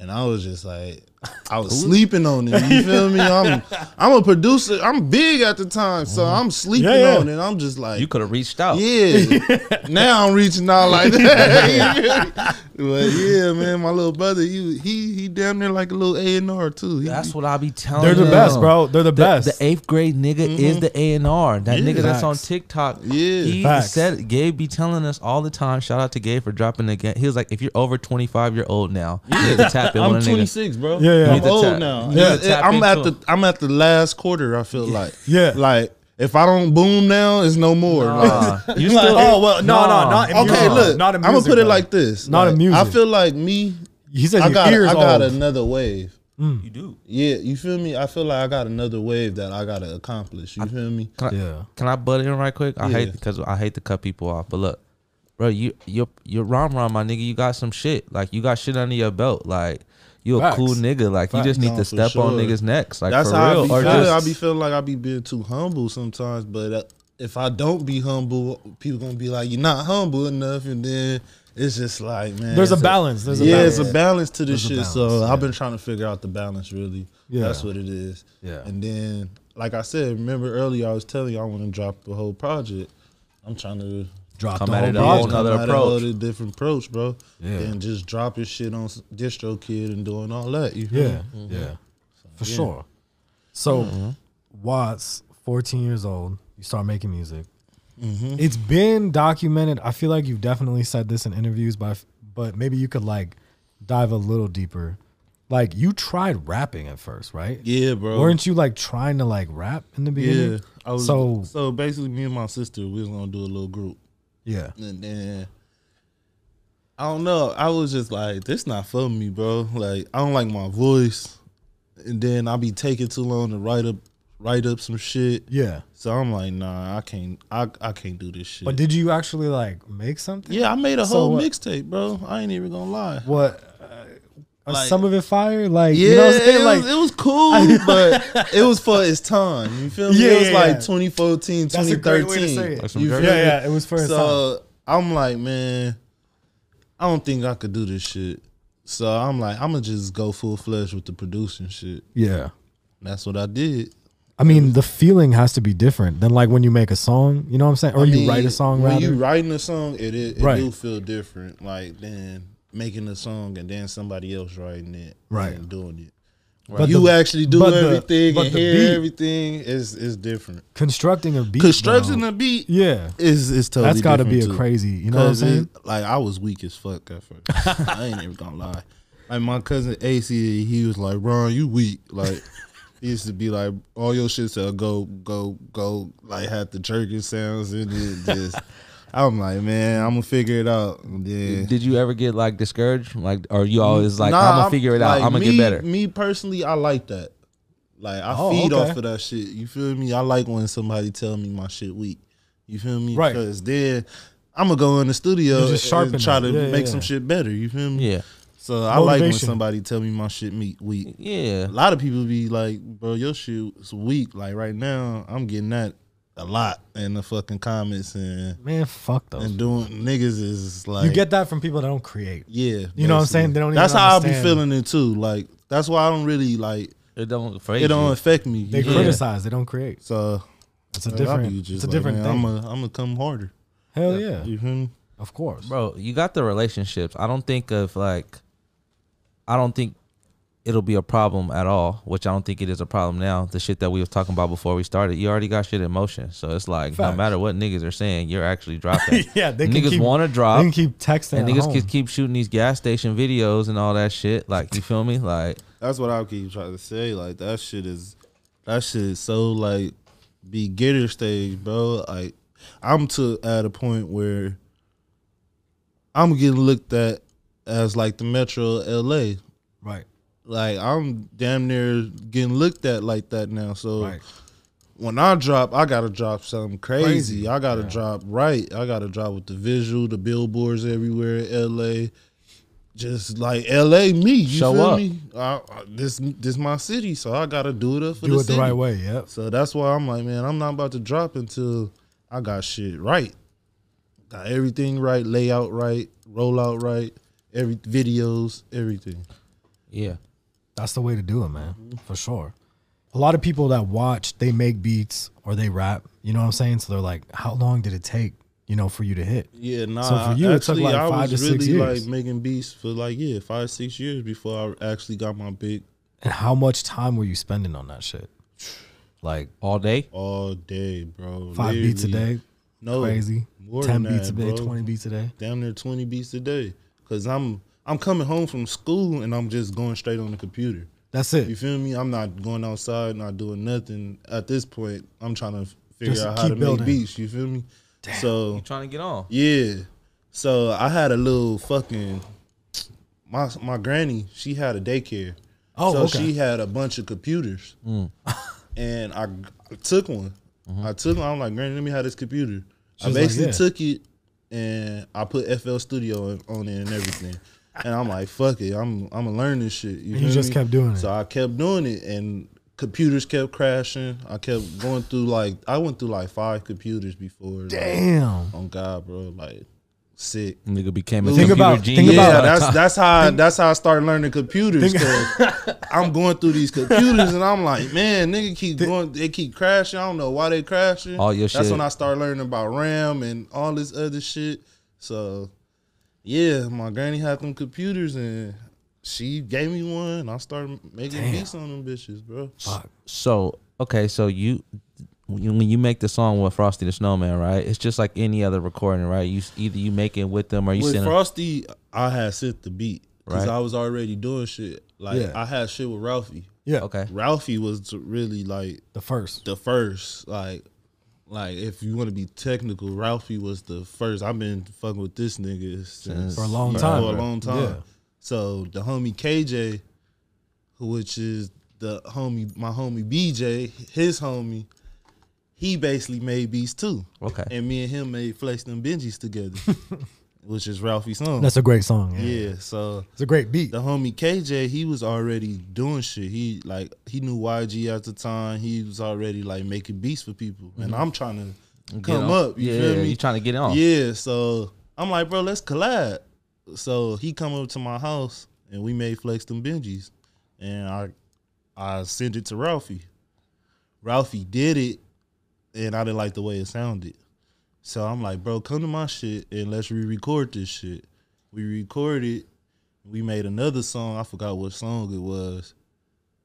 [SPEAKER 2] And I was just like, I was sleeping on it. You feel me? I'm, I'm a producer. I'm big at the time, so I'm sleeping
[SPEAKER 3] Yeah, yeah.
[SPEAKER 2] on it. I'm just like,
[SPEAKER 4] Uh-huh. you could have reached out
[SPEAKER 2] yeah. now I'm reaching out like that. but yeah, man, my little brother, he he he down there like a little A and R too. He,
[SPEAKER 4] that's what i be telling
[SPEAKER 3] They're the
[SPEAKER 4] them.
[SPEAKER 3] best, bro. They're the,
[SPEAKER 4] the,
[SPEAKER 3] best.
[SPEAKER 4] the eighth grade nigga is the A and R. That
[SPEAKER 2] Yeah.
[SPEAKER 4] nigga that's on
[SPEAKER 3] Facts.
[SPEAKER 4] TikTok.
[SPEAKER 2] Mm-hmm. Yeah.
[SPEAKER 4] he
[SPEAKER 3] Facts.
[SPEAKER 4] said Gabe be telling us all the time. Shout out to Gabe for dropping the game. He was like, if you're over 25 year old now, you need to tap in
[SPEAKER 2] I'm
[SPEAKER 4] with a nigga.
[SPEAKER 2] 26, bro.
[SPEAKER 3] Yeah, yeah. You
[SPEAKER 4] need
[SPEAKER 2] I'm
[SPEAKER 4] to
[SPEAKER 2] old
[SPEAKER 4] tap-
[SPEAKER 2] now.
[SPEAKER 4] you need
[SPEAKER 2] Yeah,
[SPEAKER 4] to tap
[SPEAKER 2] I'm at
[SPEAKER 4] into
[SPEAKER 2] the I'm at the last quarter. I feel like
[SPEAKER 3] Yeah.
[SPEAKER 2] like if I don't boom now, it's no more.
[SPEAKER 4] Nah,
[SPEAKER 2] Like,
[SPEAKER 4] you still-
[SPEAKER 3] oh, well, no,
[SPEAKER 4] Nah.
[SPEAKER 3] no, not in
[SPEAKER 2] okay,
[SPEAKER 3] music.
[SPEAKER 2] look,
[SPEAKER 3] Not in
[SPEAKER 2] I'm gonna
[SPEAKER 3] music,
[SPEAKER 2] put it
[SPEAKER 3] though.
[SPEAKER 2] like this.
[SPEAKER 3] Not
[SPEAKER 2] like,
[SPEAKER 3] in music.
[SPEAKER 2] I feel like me.
[SPEAKER 3] He said
[SPEAKER 2] I
[SPEAKER 3] your
[SPEAKER 2] got
[SPEAKER 3] ears
[SPEAKER 2] I got
[SPEAKER 3] old.
[SPEAKER 2] another wave.
[SPEAKER 4] You do.
[SPEAKER 2] Yeah, you feel me? I feel like I got another wave that I gotta accomplish. You feel me?
[SPEAKER 4] Can I,
[SPEAKER 3] Yeah.
[SPEAKER 4] Can I butt in right quick? I
[SPEAKER 2] Yeah.
[SPEAKER 4] hate because I hate to cut people off. But look, bro, you you you're rom rom, my nigga. You got some shit. Like you got shit under your belt. Like you a
[SPEAKER 3] Facts.
[SPEAKER 4] cool nigga. Like you
[SPEAKER 2] Facts.
[SPEAKER 4] just need
[SPEAKER 2] No,
[SPEAKER 4] to
[SPEAKER 2] for
[SPEAKER 4] step on
[SPEAKER 2] sure.
[SPEAKER 4] niggas' necks. Like
[SPEAKER 2] That's
[SPEAKER 4] for
[SPEAKER 2] how
[SPEAKER 4] real.
[SPEAKER 2] I be
[SPEAKER 4] or
[SPEAKER 2] feeling.
[SPEAKER 4] just-
[SPEAKER 2] I be feeling like I be being too humble sometimes. But uh, if I don't be humble, people gonna be like, "You're not humble enough," and then it's just like, man,
[SPEAKER 3] There's a
[SPEAKER 2] it's
[SPEAKER 3] balance. There's a
[SPEAKER 2] yeah,
[SPEAKER 3] balance.
[SPEAKER 2] it's a balance to this shit.
[SPEAKER 3] There's a
[SPEAKER 2] so
[SPEAKER 3] balance,
[SPEAKER 2] I've been trying to figure out the balance. Really,
[SPEAKER 3] Yeah.
[SPEAKER 2] that's what it is.
[SPEAKER 3] Yeah.
[SPEAKER 2] And then, like I said, remember earlier I was telling you I want to drop the whole project. I'm trying to
[SPEAKER 3] Drop
[SPEAKER 4] Come
[SPEAKER 3] the
[SPEAKER 4] at
[SPEAKER 3] whole
[SPEAKER 4] it all.
[SPEAKER 3] project.
[SPEAKER 2] come
[SPEAKER 4] nother
[SPEAKER 2] at it a whole
[SPEAKER 4] approach.
[SPEAKER 2] different approach, bro.
[SPEAKER 3] Yeah.
[SPEAKER 2] And just drop your shit on distro kid and doing all that. You feel me?
[SPEAKER 3] Yeah, yeah, for sure. So, Watts, fourteen years old, you start making music. It's been documented. I feel like you've definitely said this in interviews, but but maybe you could like dive a little deeper. Like you tried rapping at first, right?
[SPEAKER 2] yeah, bro.
[SPEAKER 3] Weren't you like trying to like rap in the beginning?
[SPEAKER 2] Yeah. I was,
[SPEAKER 3] so
[SPEAKER 2] so so basically, me and my sister, we was gonna do a little group,
[SPEAKER 3] yeah,
[SPEAKER 2] and then I don't know. I was just like, this not for me, bro. Like I don't like my voice, and then I be taking too long to write up write up some shit.
[SPEAKER 3] yeah.
[SPEAKER 2] So I'm like, nah, I can't. I I can't do this shit.
[SPEAKER 3] But did you actually like make something?
[SPEAKER 2] yeah, I made a
[SPEAKER 3] So
[SPEAKER 2] whole
[SPEAKER 3] what?
[SPEAKER 2] mixtape, bro. I ain't even gonna lie.
[SPEAKER 3] What? Uh, are
[SPEAKER 2] Like-
[SPEAKER 3] some of it fire? Like
[SPEAKER 2] Yeah,
[SPEAKER 3] you know what I'm saying?
[SPEAKER 2] it,
[SPEAKER 3] Like
[SPEAKER 2] was, it was cool, but it was for its time. You feel me?
[SPEAKER 3] Yeah,
[SPEAKER 2] it was
[SPEAKER 3] yeah,
[SPEAKER 2] like
[SPEAKER 3] yeah.
[SPEAKER 2] 2014,
[SPEAKER 3] That's a great way to
[SPEAKER 2] 2013.
[SPEAKER 3] say it. Like
[SPEAKER 4] some
[SPEAKER 2] You
[SPEAKER 4] dirt.
[SPEAKER 2] feel
[SPEAKER 3] Yeah,
[SPEAKER 2] me?
[SPEAKER 3] yeah, it was for its
[SPEAKER 2] So I'm like, man, I don't think I could do this shit. So I'm like, I'm gonna just go full fledged with the producing shit.
[SPEAKER 3] yeah.
[SPEAKER 2] And that's what I did.
[SPEAKER 3] I mean, the feeling has to be different than like when you make a song. You know what I'm saying? Or
[SPEAKER 2] I
[SPEAKER 3] you
[SPEAKER 2] mean,
[SPEAKER 3] write a song
[SPEAKER 2] When
[SPEAKER 3] rather.
[SPEAKER 2] you writing a song, it it, it
[SPEAKER 3] Right.
[SPEAKER 2] do feel different, like than making a song and then somebody else writing it,
[SPEAKER 3] Right.
[SPEAKER 2] and doing it.
[SPEAKER 3] But
[SPEAKER 2] you
[SPEAKER 3] the-
[SPEAKER 2] actually do
[SPEAKER 3] but the-
[SPEAKER 2] everything
[SPEAKER 3] but
[SPEAKER 2] and
[SPEAKER 3] the
[SPEAKER 2] hear
[SPEAKER 3] beat-
[SPEAKER 2] everything is is different.
[SPEAKER 3] constructing a beat.
[SPEAKER 2] Constructing
[SPEAKER 3] bro.
[SPEAKER 2] a beat
[SPEAKER 3] Yeah,
[SPEAKER 2] is is totally.
[SPEAKER 3] that's got to be a
[SPEAKER 2] different, too.
[SPEAKER 3] crazy. You know what I'm
[SPEAKER 2] Cause
[SPEAKER 3] saying?
[SPEAKER 2] it- like I was weak as fuck at first. I ain't even gonna lie. Like my cousin AC, he was like, "Ron, you weak." Like he used to be like, "All your shit said go, go, go." Like had the jerking sounds in it. Just I'm like, man, I'm gonna figure it out. Yeah.
[SPEAKER 4] Did you ever get like discouraged? Like, or you always like,
[SPEAKER 2] Nah,
[SPEAKER 4] I'm gonna figure it out.
[SPEAKER 2] like,
[SPEAKER 4] I'm gonna
[SPEAKER 2] me-
[SPEAKER 4] get better.
[SPEAKER 2] Me personally, I like that. Like I
[SPEAKER 3] Oh,
[SPEAKER 2] feed
[SPEAKER 3] okay.
[SPEAKER 2] off of that shit. You feel me? I like when somebody tell me my shit weak. You feel me?
[SPEAKER 3] Right.
[SPEAKER 2] Because then I'm gonna go in the studio
[SPEAKER 3] You just
[SPEAKER 2] and
[SPEAKER 3] sharpen
[SPEAKER 2] try to
[SPEAKER 3] it. Yeah,
[SPEAKER 2] make
[SPEAKER 3] yeah.
[SPEAKER 2] some shit better. You feel me?
[SPEAKER 4] Yeah,
[SPEAKER 2] So I like when
[SPEAKER 3] Motivation.
[SPEAKER 2] somebody tell me my shit me weak.
[SPEAKER 4] yeah.
[SPEAKER 2] A lot of people be like, "Bro, your shit is weak." Like right now, I'm getting that a lot in the fucking comments and
[SPEAKER 3] Man, fuck those.
[SPEAKER 2] and doing niggas is like
[SPEAKER 3] you get that from people that don't create.
[SPEAKER 2] yeah.
[SPEAKER 3] You know what I'm
[SPEAKER 2] basically.
[SPEAKER 3] saying? They don't even
[SPEAKER 2] That's how I be
[SPEAKER 3] understand.
[SPEAKER 2] feeling it too. Like that's why I don't really like.
[SPEAKER 4] It don't phase
[SPEAKER 2] It don't
[SPEAKER 4] you.
[SPEAKER 2] affect me.
[SPEAKER 3] They
[SPEAKER 2] yeah.
[SPEAKER 3] criticize. They don't create.
[SPEAKER 2] So uh,
[SPEAKER 3] It's a different. It's a different
[SPEAKER 2] I'm
[SPEAKER 3] thing.
[SPEAKER 2] gonna I'm come harder.
[SPEAKER 3] Hell yeah,
[SPEAKER 2] You feel me?
[SPEAKER 3] of course.
[SPEAKER 4] bro. You got the relationships. I don't think of like, I don't think it'll be a problem at all. Which I don't think it is a problem now. The shit that we was talking about before we started, you already got shit in motion. So it's like,
[SPEAKER 3] Facts.
[SPEAKER 4] no matter what niggas are saying, you're actually dropping.
[SPEAKER 3] Yeah, they can
[SPEAKER 4] niggas
[SPEAKER 3] keep-
[SPEAKER 4] want to
[SPEAKER 3] They
[SPEAKER 4] drop.
[SPEAKER 3] can keep texting.
[SPEAKER 4] and
[SPEAKER 3] at
[SPEAKER 4] niggas
[SPEAKER 3] home.
[SPEAKER 4] can keep shooting these gas station videos and all that shit. Like, you feel me? Like,
[SPEAKER 2] That's what I keep trying to say. Like that shit is, that shit is so like beginner stage, bro. Like I'm to at a point where I'm getting looked at as like the Metro LA.
[SPEAKER 3] right,
[SPEAKER 2] Like I'm damn near getting looked at like that now. So
[SPEAKER 3] right.
[SPEAKER 2] when I drop, I gotta drop something crazy.
[SPEAKER 3] Crazy,
[SPEAKER 2] I gotta drop right. I gotta drop with the visual, the billboards everywhere, in LA. Just like LA, me. You
[SPEAKER 4] Show
[SPEAKER 2] feel
[SPEAKER 4] up.
[SPEAKER 2] me? I, I, this this my city, so I gotta do it up for
[SPEAKER 3] Do
[SPEAKER 2] the
[SPEAKER 3] it the
[SPEAKER 2] city.
[SPEAKER 3] right way. Yep.
[SPEAKER 2] So that's why I'm like, man, I'm not about to drop until I got shit right. Got everything right, layout right, rollout right, every videos, everything.
[SPEAKER 4] yeah.
[SPEAKER 3] That's the way to do it, man, for sure. A lot of people that watch, they make beats or they rap. You know what I'm saying? So they're like, how long did it take, you know, for you to hit?
[SPEAKER 2] Yeah, nah.
[SPEAKER 3] So for you,
[SPEAKER 2] I-
[SPEAKER 3] it took,
[SPEAKER 2] actually,
[SPEAKER 3] like,
[SPEAKER 2] I
[SPEAKER 3] five
[SPEAKER 2] was
[SPEAKER 3] to
[SPEAKER 2] really
[SPEAKER 3] six years.
[SPEAKER 2] like making beats for like yeah, five six years before I actually got my big
[SPEAKER 3] And how much time were you spending on that shit? Like
[SPEAKER 4] All day.
[SPEAKER 2] all day, bro.
[SPEAKER 3] five beats a
[SPEAKER 2] Literally.
[SPEAKER 3] day,
[SPEAKER 2] No,
[SPEAKER 3] crazy.
[SPEAKER 2] more
[SPEAKER 3] Ten
[SPEAKER 2] than
[SPEAKER 3] beats a
[SPEAKER 2] that,
[SPEAKER 3] day,
[SPEAKER 2] bro.
[SPEAKER 3] twenty beats a day.
[SPEAKER 2] Damn near twenty beats a day, cause I'm I'm coming home from school and I'm just going straight on the computer.
[SPEAKER 3] That's
[SPEAKER 2] You
[SPEAKER 3] it.
[SPEAKER 2] feel me? I'm not going outside, not doing nothing. At this point, I'm trying to figure
[SPEAKER 3] Just
[SPEAKER 2] out how
[SPEAKER 3] keep
[SPEAKER 2] to
[SPEAKER 3] building.
[SPEAKER 2] make beats. You feel me? So
[SPEAKER 4] You trying to get on?
[SPEAKER 2] Yeah. So I had a little fucking my my granny, she had a daycare.
[SPEAKER 3] Oh,
[SPEAKER 2] so
[SPEAKER 3] okay. Mm.
[SPEAKER 2] she had a bunch of computers. and I, I took one. I took one. I'm like, Granny, let me have this computer. I
[SPEAKER 3] She's Mm-hmm. like,
[SPEAKER 2] basically
[SPEAKER 3] "Yeah."
[SPEAKER 2] took it and I put FL Studio on it and everything. and I'm like, fuck it. I'm I'm gonna learn this shit. You,
[SPEAKER 3] And you
[SPEAKER 2] feel
[SPEAKER 3] just
[SPEAKER 2] me?
[SPEAKER 3] kept doing it.
[SPEAKER 2] So I kept doing it and computers kept crashing. I kept going through like I went through like five computers before. like,
[SPEAKER 3] Damn.
[SPEAKER 2] on God, bro. Like sick.
[SPEAKER 4] Nigga became a
[SPEAKER 2] Think
[SPEAKER 4] computer
[SPEAKER 3] about-
[SPEAKER 4] genius.
[SPEAKER 3] think
[SPEAKER 2] yeah,
[SPEAKER 3] about-
[SPEAKER 2] that's that's how that's how I started learning computers. 'cause I'm going through these computers and I'm like, man, nigga keep going, they keep crashing. I don't know why they crashing.
[SPEAKER 4] All your
[SPEAKER 2] that's
[SPEAKER 4] shit.
[SPEAKER 2] when I started learning about RAM and all this other shit. So, yeah, my granny had them computers and she gave me one. and I started making beats on them bitches, bro.
[SPEAKER 3] Fuck.
[SPEAKER 4] So okay, so you when you- when you make the song with Frosty the Snowman, right? It's just like any other recording, right? You s- either you make it with them or you
[SPEAKER 2] with
[SPEAKER 4] send. them.
[SPEAKER 2] Frosty, I had sent the beat because
[SPEAKER 4] Right.
[SPEAKER 2] I was already doing shit. Like
[SPEAKER 3] Yeah.
[SPEAKER 2] I had shit with Ralphie.
[SPEAKER 3] Yeah.
[SPEAKER 4] Okay,
[SPEAKER 2] Ralphie was really like
[SPEAKER 3] The first.
[SPEAKER 2] the first, like, like if you want to be technical, Ralphie was the first. I've been fucking with this nigga since
[SPEAKER 3] For a long time,
[SPEAKER 2] For a
[SPEAKER 3] bro.
[SPEAKER 2] long time.
[SPEAKER 3] Yeah.
[SPEAKER 2] So the homie KJ, who- which is the homie, my homie BJ, his homie, he basically made beats too.
[SPEAKER 4] okay.
[SPEAKER 2] And me and him made Flex and Benjis together, which is Ralphie's song.
[SPEAKER 3] That's a great song. Yeah.
[SPEAKER 2] yeah, so
[SPEAKER 3] It's a great beat.
[SPEAKER 2] the homie KJ, he was already doing shit. He like he knew YG at the time. He was already like making beats for people, and I'm trying to
[SPEAKER 4] Get
[SPEAKER 2] come
[SPEAKER 4] on.
[SPEAKER 2] up. You
[SPEAKER 4] yeah,
[SPEAKER 2] feel me?
[SPEAKER 4] you trying to get on?
[SPEAKER 2] Yeah, so I'm like, bro, let's collab. So he come up to my house, and we made Flex them Benjis, and I I sent it to Ralphie. Ralphie did it, and I didn't like the way it sounded. So I'm like, bro, come to my shit and let's re-record this shit. We recorded, we made another song. I forgot what song it was,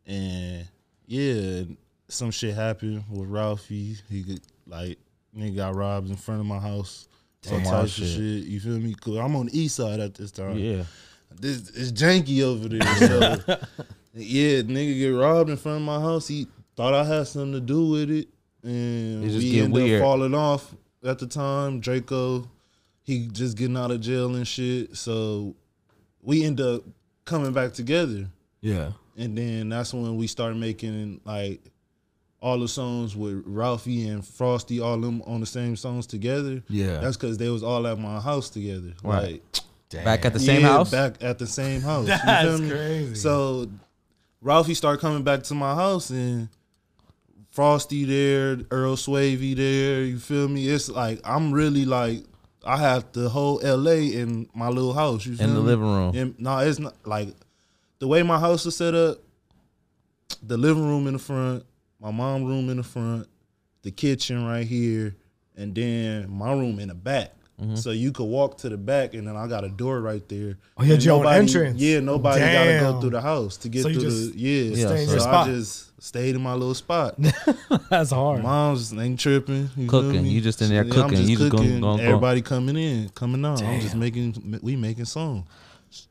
[SPEAKER 2] and yeah, some shit happened with Ralphie. He could, like nigga got robbed in front of my house. All
[SPEAKER 4] Damn.
[SPEAKER 2] types of
[SPEAKER 4] Shit.
[SPEAKER 2] shit. You feel me? Cause I'm on the east side at this time
[SPEAKER 4] yeah.
[SPEAKER 2] this it's janky over there. So yeah, nigga get robbed in front of my house. He thought I had something to do with it, and
[SPEAKER 4] It just
[SPEAKER 2] we
[SPEAKER 4] get
[SPEAKER 2] ended
[SPEAKER 4] weird.
[SPEAKER 2] up falling off at the time. Draco he just getting out of jail and shit. So we end up coming back together.
[SPEAKER 3] Yeah.
[SPEAKER 2] And then that's when we start making like all the songs with Ralphie and Frosty, all them on the same songs together.
[SPEAKER 3] Yeah.
[SPEAKER 2] That's because they was all at my house together.
[SPEAKER 4] Right.
[SPEAKER 2] Like
[SPEAKER 4] Back at the same
[SPEAKER 2] yeah,
[SPEAKER 4] house.
[SPEAKER 2] Back at the same house. you
[SPEAKER 3] That's
[SPEAKER 2] feel me?
[SPEAKER 3] crazy.
[SPEAKER 2] So Ralphie started coming back to my house and Frosty there, Earl Swavey there, you feel me? It's like I'm really like I have the whole LA in my little house. You feel
[SPEAKER 4] the
[SPEAKER 2] me?
[SPEAKER 4] living room.
[SPEAKER 2] And, no, it's not like the way my house is set up, the living room in the front, my mom room in the front, the kitchen right here, and then my room in the back.
[SPEAKER 4] Mm-hmm.
[SPEAKER 2] So you could walk to the back, and then I got a door right there.
[SPEAKER 3] Oh, you had
[SPEAKER 2] And
[SPEAKER 3] your own
[SPEAKER 2] nobody-
[SPEAKER 3] entrance.
[SPEAKER 2] Yeah, nobody gotta
[SPEAKER 3] Damn.
[SPEAKER 2] go through the house to get
[SPEAKER 3] So you
[SPEAKER 2] through
[SPEAKER 3] just
[SPEAKER 2] the yeah.
[SPEAKER 4] stay in
[SPEAKER 2] so
[SPEAKER 4] your
[SPEAKER 2] I
[SPEAKER 3] spot.
[SPEAKER 2] just stayed in my little spot.
[SPEAKER 3] That's hard.
[SPEAKER 2] Mom's ain't tripping. You feel
[SPEAKER 4] Cooking.
[SPEAKER 2] me?
[SPEAKER 4] You just in there
[SPEAKER 2] Yeah, I'm
[SPEAKER 4] cooking. You just gonna- gonna- gonna-
[SPEAKER 2] Everybody coming in, coming out. I'm just making. We making songs.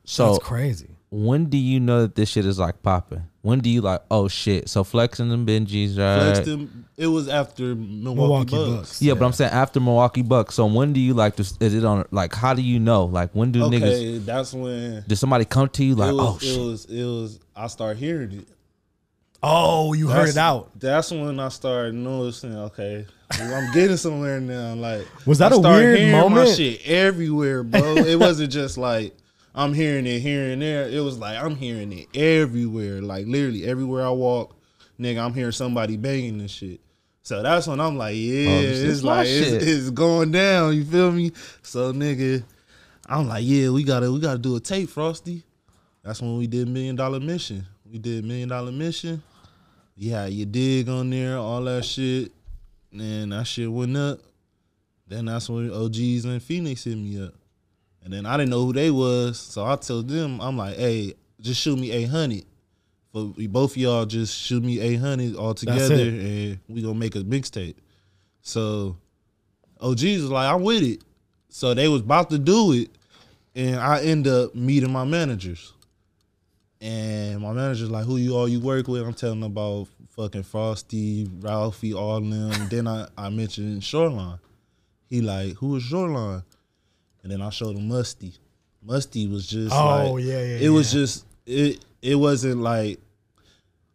[SPEAKER 4] So
[SPEAKER 3] That's crazy.
[SPEAKER 4] when do you know that this shit is like popping? When do you like, oh shit? So flexing and Benji's right.
[SPEAKER 2] Flexed him. It was after Milwaukee,
[SPEAKER 3] Milwaukee
[SPEAKER 2] Bucks.
[SPEAKER 3] Bucks.
[SPEAKER 4] Yeah, but I'm saying after Milwaukee Bucks. So when do you like? Just, is it on? Like, how do you know? Like, when do niggas?
[SPEAKER 2] Okay, that's when
[SPEAKER 4] Did somebody come to you like,
[SPEAKER 2] it was,
[SPEAKER 4] oh shit?
[SPEAKER 2] it was it was I start hearing it.
[SPEAKER 3] Oh, you heard it
[SPEAKER 2] That's-
[SPEAKER 3] out.
[SPEAKER 2] That's when I started noticing. Okay, I'm getting somewhere now. Like,
[SPEAKER 3] Was that
[SPEAKER 2] I
[SPEAKER 3] a
[SPEAKER 2] started
[SPEAKER 3] weird
[SPEAKER 2] hearing my
[SPEAKER 3] moment?
[SPEAKER 2] shit everywhere, bro. It wasn't just like I'm hearing it here and there. It was like I'm hearing it everywhere. Like literally everywhere I walk, nigga, I'm hearing somebody banging and shit. So that's when I'm like, yeah,
[SPEAKER 4] Oh, this is
[SPEAKER 2] it's
[SPEAKER 4] my
[SPEAKER 2] like it's,
[SPEAKER 4] shit.
[SPEAKER 2] it's going down. You feel me? So nigga, I'm like, yeah, we gotta we gotta do a tape, Frosty. That's when we did Million Dollar Mission. We did Million Dollar Mission. Yeah, you dig on there, all that shit. And that shit went up. Then that's when OGs and Phoenix hit me up. And then I didn't know who they was. So I told them, I'm like, hey, just shoot me 800. But we both of y'all just shoot me 800 all together
[SPEAKER 3] it.
[SPEAKER 2] and we gonna make a mixtape. So OGs was like, I'm with it. So they was about to do it. And I end up meeting my managers. And my manager's like, who you all you work with? I'm telling them about fucking Frosty, Ralphie, all them. then I, I mentioned Shoreline. He like, who is Shoreline? And then I showed him Musty. Musty was just
[SPEAKER 3] Oh,
[SPEAKER 2] like-
[SPEAKER 3] yeah, yeah,
[SPEAKER 2] It was just it it wasn't like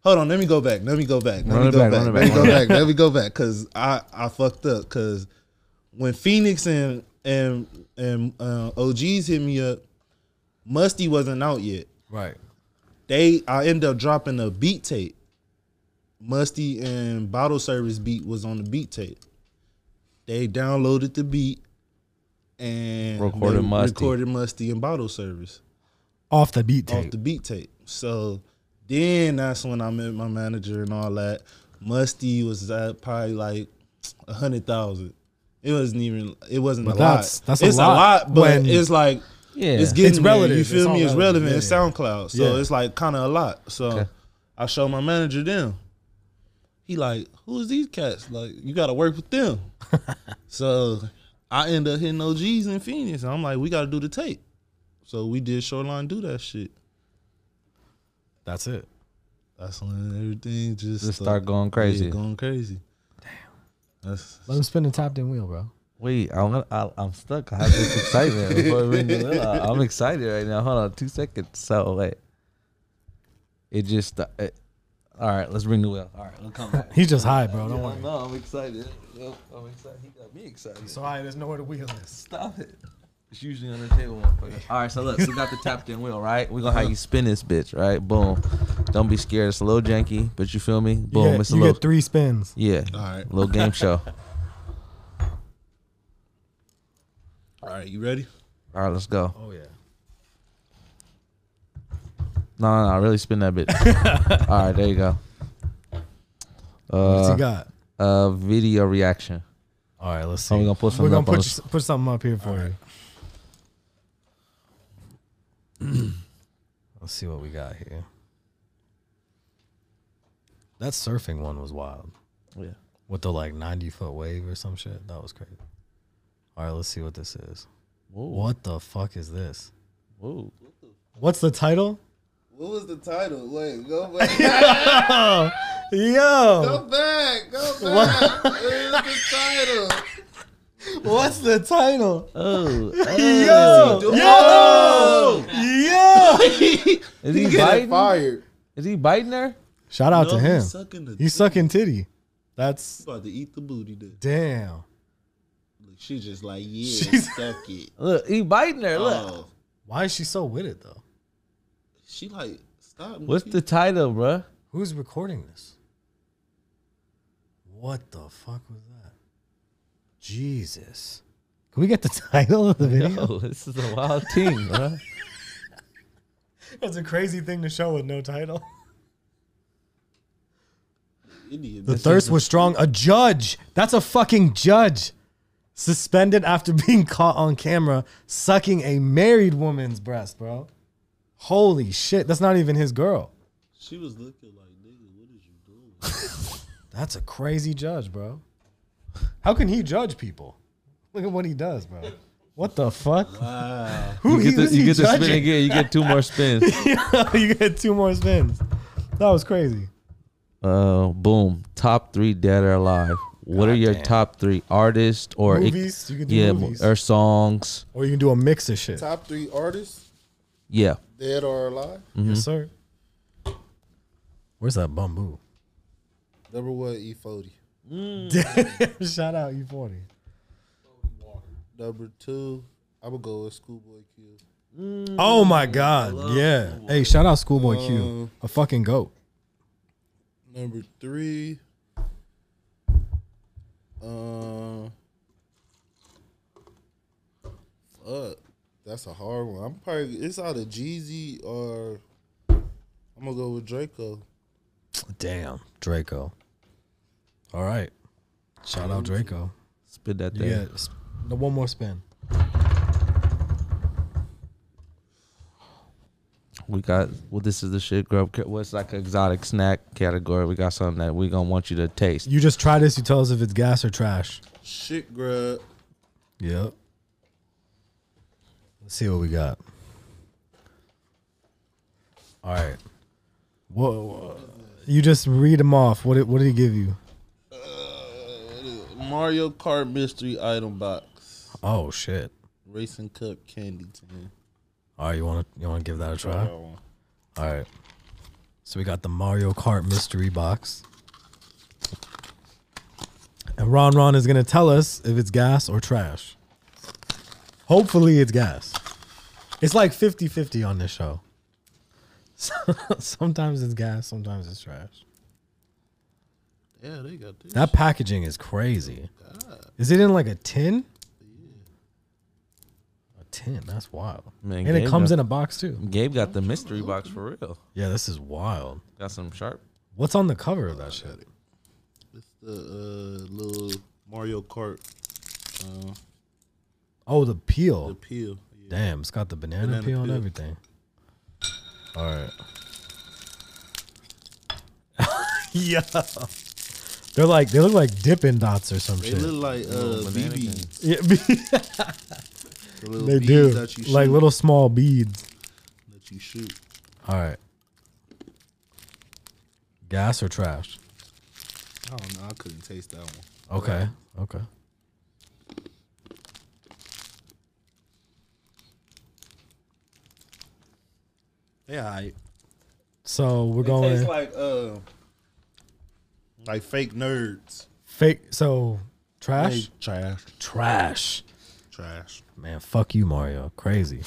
[SPEAKER 2] Hold on, let me go back. Let me go back. Let
[SPEAKER 4] Run
[SPEAKER 2] me
[SPEAKER 4] it
[SPEAKER 2] go
[SPEAKER 4] back,
[SPEAKER 2] back.
[SPEAKER 4] run it
[SPEAKER 2] Let me
[SPEAKER 4] back,
[SPEAKER 2] go
[SPEAKER 4] run it
[SPEAKER 2] back. Let me go back. Cause I I fucked up. Cause when Phoenix and and and uh, OGs hit me up, Musty wasn't out yet
[SPEAKER 3] Right.
[SPEAKER 2] they I end up dropping a beat tape. Musty and Bottle Service beat was on the beat tape. They downloaded the beat and
[SPEAKER 4] Recorded
[SPEAKER 2] they
[SPEAKER 4] Musty.
[SPEAKER 2] recorded Musty and Bottle Service
[SPEAKER 3] Off the beat tape.
[SPEAKER 2] off the beat tape. So then that's when I met my manager and all that. Musty was at probably like a hundred thousand. It wasn't even. It wasn't
[SPEAKER 3] But
[SPEAKER 2] a
[SPEAKER 3] that's-
[SPEAKER 2] lot.
[SPEAKER 3] that's a
[SPEAKER 2] it's
[SPEAKER 3] lot
[SPEAKER 2] but
[SPEAKER 3] when-
[SPEAKER 2] it's like
[SPEAKER 4] Yeah.
[SPEAKER 2] it's getting
[SPEAKER 3] It's
[SPEAKER 2] there,
[SPEAKER 3] relative.
[SPEAKER 2] You
[SPEAKER 3] It's
[SPEAKER 2] feel
[SPEAKER 3] all
[SPEAKER 2] me? It's
[SPEAKER 3] relative.
[SPEAKER 2] relevant. It's
[SPEAKER 3] Yeah, yeah.
[SPEAKER 2] SoundCloud, so
[SPEAKER 3] Yeah.
[SPEAKER 2] it's like kind of a lot. So
[SPEAKER 4] Okay.
[SPEAKER 2] I show my manager them. He like, who's these cats? Like, you got to work with them. so I end up hitting OGs in Phoenix, and I'm like, we got to do the tape. So we did Shoreline do that shit.
[SPEAKER 3] That's it.
[SPEAKER 2] That's when everything just
[SPEAKER 4] Just start going
[SPEAKER 2] yeah,
[SPEAKER 4] crazy.
[SPEAKER 2] going crazy. Damn. That's
[SPEAKER 3] Let him spin the top ten wheel, bro.
[SPEAKER 4] Wait, I'm gonna, I, I'm stuck. I have this excitement. before we knew it. I'm excited right now. Hold on, two seconds. So wait, it just. Uh, it, all right, let's ring the wheel. All right, let's come back.
[SPEAKER 3] He's just high, bro.
[SPEAKER 4] No,
[SPEAKER 3] Don't worry.
[SPEAKER 4] no, I'm excited. Yo, I'm excited. He got me excited.
[SPEAKER 3] high, there's nowhere to wheel is.
[SPEAKER 4] Stop it. It's usually on the table, motherfucker. All right, so look, we got the tapped in wheel, right? We're gonna have you spin this bitch, right? Boom. Don't be scared. It's a little janky, but you feel me?
[SPEAKER 3] You,
[SPEAKER 4] Boom.
[SPEAKER 3] get,
[SPEAKER 4] it's a
[SPEAKER 3] you
[SPEAKER 4] little.
[SPEAKER 3] get three spins.
[SPEAKER 4] yeah.
[SPEAKER 2] all right.
[SPEAKER 4] Little game show.
[SPEAKER 2] All right, you ready?
[SPEAKER 4] All right, let's go.
[SPEAKER 3] Oh yeah.
[SPEAKER 4] No, no, no. Really spin that bitch. All right, there you go.
[SPEAKER 3] What's he
[SPEAKER 4] Uh,
[SPEAKER 3] got?
[SPEAKER 4] uh, video reaction.
[SPEAKER 3] All right, let's see.
[SPEAKER 4] Oh, we gonna put something
[SPEAKER 3] We're gonna
[SPEAKER 4] up on
[SPEAKER 3] put
[SPEAKER 4] the s-
[SPEAKER 3] you- put something up here for you. let's see what we got here. That surfing one was wild.
[SPEAKER 4] Yeah.
[SPEAKER 3] With the like ninety foot wave or some shit. That was crazy. All right, let's see what this is.
[SPEAKER 4] Whoa.
[SPEAKER 3] What the fuck is this?
[SPEAKER 4] Whoa.
[SPEAKER 3] What's the title?
[SPEAKER 2] What was the title? Wait, go back.
[SPEAKER 3] Yo,
[SPEAKER 2] Go back. Go back. What is the title?
[SPEAKER 3] What's the title?
[SPEAKER 4] Oh,
[SPEAKER 3] Yo, yo, yo!
[SPEAKER 4] is he
[SPEAKER 5] Get
[SPEAKER 4] biting?
[SPEAKER 5] fired.
[SPEAKER 4] Is he biting her?
[SPEAKER 3] Shout out
[SPEAKER 2] No,
[SPEAKER 3] to him.
[SPEAKER 2] He's sucking the.
[SPEAKER 3] He's sucking titty. That's
[SPEAKER 2] about to eat the booty. Then.
[SPEAKER 3] damn.
[SPEAKER 2] She just like yeah,
[SPEAKER 3] She's-
[SPEAKER 2] suck it.
[SPEAKER 4] Look, he biting her. Look.
[SPEAKER 2] Oh,
[SPEAKER 3] Why is she so with it though?
[SPEAKER 2] she like stop.
[SPEAKER 4] What's the
[SPEAKER 2] Mookie.
[SPEAKER 4] title, bruh?
[SPEAKER 3] Who's recording this? What the fuck was that? Jesus. Can we get the title of the video?
[SPEAKER 4] Yo, this is a wild team, bruh.
[SPEAKER 3] That's a crazy thing to show with no title.
[SPEAKER 2] Indian?
[SPEAKER 3] The thirst was strong. A judge. That's a fucking judge. Suspended after being caught on camera sucking a married woman's breast, bro. Holy shit. That's not even his girl.
[SPEAKER 2] She was looking like nigga. What is you doing?
[SPEAKER 3] That's a crazy judge, bro. How can he judge people? Look at what he does, bro. What the fuck?
[SPEAKER 2] Wow.
[SPEAKER 3] Who
[SPEAKER 4] You get
[SPEAKER 3] he,
[SPEAKER 4] the,
[SPEAKER 3] is
[SPEAKER 4] you
[SPEAKER 3] he
[SPEAKER 4] get the spin
[SPEAKER 3] judging?
[SPEAKER 4] again. You get two more spins.
[SPEAKER 3] you get two more spins. That was crazy.
[SPEAKER 4] Uh, boom. Top three dead or alive. What are your top three artists or
[SPEAKER 3] Movies? You can do
[SPEAKER 4] yeah,
[SPEAKER 3] movies.
[SPEAKER 4] or songs?
[SPEAKER 3] Or you can do a mix of shit.
[SPEAKER 5] Top three artists,
[SPEAKER 4] Yeah.
[SPEAKER 5] dead or alive.
[SPEAKER 3] Yes, sir. Mm-hmm. Where's that bamboo?
[SPEAKER 5] Number one, E forty.
[SPEAKER 3] Shout out E40.
[SPEAKER 5] Number two, I'm gonna go with Schoolboy Q.
[SPEAKER 3] Oh my God. Yeah. Hey, shout out Schoolboy Q. A fucking goat.
[SPEAKER 5] Number three, uh, fuck, that's a hard one. I'm probably it's either Jeezy or I'm gonna go with Draco.
[SPEAKER 3] Damn. Draco. All right. Shout out Draco.
[SPEAKER 4] Spit that thing.
[SPEAKER 3] Yeah. s- The one more spin.
[SPEAKER 4] We got well. This is the shit grub. ca- What's like exotic snack category? We got something that we gonna want you to taste.
[SPEAKER 3] You just try this. You tell us if it's gas or trash.
[SPEAKER 5] Shit grub.
[SPEAKER 3] Yep. Let's see what we got. All right. Whoa. whoa. You just read them off. What did, what did he give you?
[SPEAKER 2] Mario Kart mystery item box.
[SPEAKER 3] Oh shit.
[SPEAKER 2] Racing cup candy tin.
[SPEAKER 3] All right, you want to you want to give that a try?
[SPEAKER 2] That one.
[SPEAKER 3] All right. So we got the Mario Kart mystery box. And Ron Ron is going to tell us if it's gas or trash. Hopefully it's gas. It's like 50-50 on this show. sometimes it's gas, sometimes it's trash.
[SPEAKER 2] Yeah, they got this.
[SPEAKER 3] That packaging is crazy. Is it in like a tin? A tin, that's wild.
[SPEAKER 4] Man,
[SPEAKER 3] and it
[SPEAKER 4] Gabe
[SPEAKER 3] comes
[SPEAKER 4] got-
[SPEAKER 3] in a box too.
[SPEAKER 4] Gabe got the mystery box for real.
[SPEAKER 3] Yeah, this is wild.
[SPEAKER 4] Got some sharp.
[SPEAKER 3] What's on the cover of that shit?
[SPEAKER 2] It's the uh, little Mario Kart
[SPEAKER 3] Oh, the peel.
[SPEAKER 2] appeal. Yeah.
[SPEAKER 3] Damn, it's got the banana,
[SPEAKER 2] Banana
[SPEAKER 3] peel, and
[SPEAKER 2] peel.
[SPEAKER 3] everything. All right. yeah. They're like they look like dipping dots or some
[SPEAKER 2] They
[SPEAKER 3] shit.
[SPEAKER 2] look like uh, BBs.
[SPEAKER 3] Yeah, be-
[SPEAKER 2] The little
[SPEAKER 3] they
[SPEAKER 2] beads
[SPEAKER 3] do
[SPEAKER 2] That you shoot,
[SPEAKER 3] like little small beads.
[SPEAKER 2] that you shoot.
[SPEAKER 3] All right. Gas or trash?
[SPEAKER 2] I don't know. I couldn't taste that one.
[SPEAKER 3] Okay. Okay.
[SPEAKER 2] Yeah, I,
[SPEAKER 3] So we're
[SPEAKER 2] it
[SPEAKER 3] going
[SPEAKER 2] tastes like uh, like fake nerds.
[SPEAKER 3] fake. So trash.
[SPEAKER 2] Hey, trash,
[SPEAKER 3] Trash.
[SPEAKER 2] trash.
[SPEAKER 3] Man, fuck you, Mario. Crazy.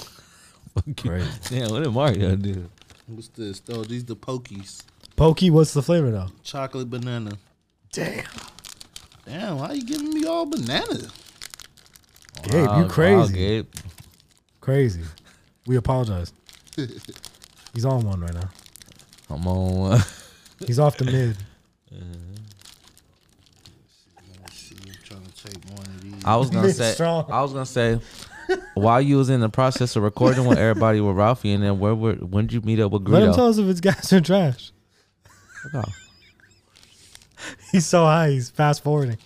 [SPEAKER 3] Crazy.
[SPEAKER 4] Damn, what did Mario do?
[SPEAKER 2] What's this? Oh, these the pokies.
[SPEAKER 3] Pokey, what's the flavor though?
[SPEAKER 2] Chocolate banana.
[SPEAKER 3] Damn.
[SPEAKER 2] Damn, why you giving me all banana?
[SPEAKER 3] Gabe,
[SPEAKER 4] Wow,
[SPEAKER 3] you
[SPEAKER 4] wow,
[SPEAKER 3] crazy.
[SPEAKER 4] Gabe.
[SPEAKER 3] Crazy. We apologize. He's on one right now.
[SPEAKER 4] I'm on.
[SPEAKER 3] He's off the mid.
[SPEAKER 2] Shit, I'm trying to take one of these.
[SPEAKER 4] I was gonna
[SPEAKER 3] Big
[SPEAKER 4] say.
[SPEAKER 3] strong.
[SPEAKER 4] I was gonna say. While you was in the process of recording with everybody with Ralphie, and then where were when did you meet up with
[SPEAKER 3] Let him tell
[SPEAKER 4] Greedo?
[SPEAKER 3] us if it's gas or trash. He's so high, he's fast forwarding.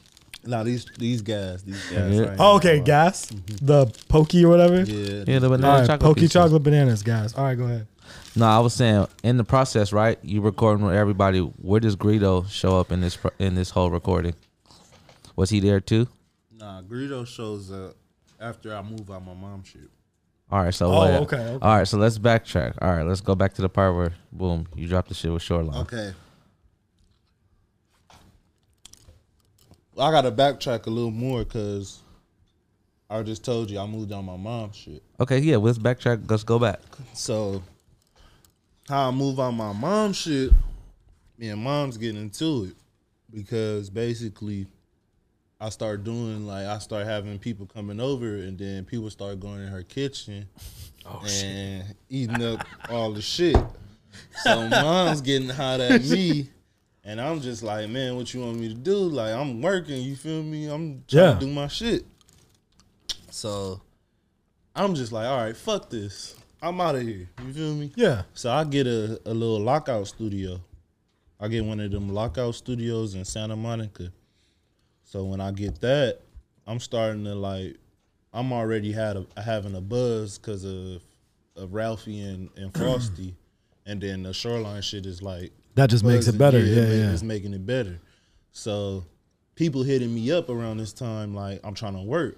[SPEAKER 2] Nah, these these guys, these guys.
[SPEAKER 4] Yeah.
[SPEAKER 2] I ain't
[SPEAKER 3] Oh, okay,
[SPEAKER 2] gonna lie.
[SPEAKER 3] gas. The pokey or whatever.
[SPEAKER 2] uh, mm-hmm. Yeah.
[SPEAKER 4] Yeah, the
[SPEAKER 3] All
[SPEAKER 4] banana
[SPEAKER 3] right,
[SPEAKER 4] chocolate.
[SPEAKER 3] pokey
[SPEAKER 4] piece.
[SPEAKER 3] chocolate bananas, gas. All right, go ahead.
[SPEAKER 4] No, I was saying in the process, right? You recording with everybody. Where does Greedo show up in this pro- in this whole recording? Was he there too?
[SPEAKER 6] Nah, Greedo shows up after I move out my mom shit.
[SPEAKER 4] All right, so
[SPEAKER 3] Oh,
[SPEAKER 4] what-
[SPEAKER 3] okay, okay.
[SPEAKER 4] All right, so let's backtrack. All right, let's go back to the part where boom, you dropped the shit with Shoreline.
[SPEAKER 6] Okay.
[SPEAKER 2] I gotta backtrack a little more because I just told you I moved on my mom's shit.
[SPEAKER 4] Okay, yeah, let's backtrack. Let's go back.
[SPEAKER 2] So how I move on my mom's shit, me and mom's getting into it because basically I start doing like I start having people coming over and then people start going in her kitchen and eating up all the shit. So mom's getting hot at me. And I'm just like, man, what you want me to do? Like, I'm working, you feel me? I'm trying
[SPEAKER 3] Yeah.
[SPEAKER 2] to do my shit. So I'm just like, all right, fuck this. I'm out of here. You feel me?
[SPEAKER 3] Yeah.
[SPEAKER 2] So I get a, a little lockout studio. I get one of them lockout studios in Santa Monica. So when I get that, I'm starting to like, I'm already had a, having a buzz because of of Ralphie and, and Frosty, and then the shoreline shit is like
[SPEAKER 3] That just makes
[SPEAKER 2] buzzing.
[SPEAKER 3] it better.
[SPEAKER 2] it
[SPEAKER 3] Yeah,
[SPEAKER 2] ma-
[SPEAKER 3] yeah.
[SPEAKER 2] It's making it better. So people hitting me up around this time, like I'm trying to work.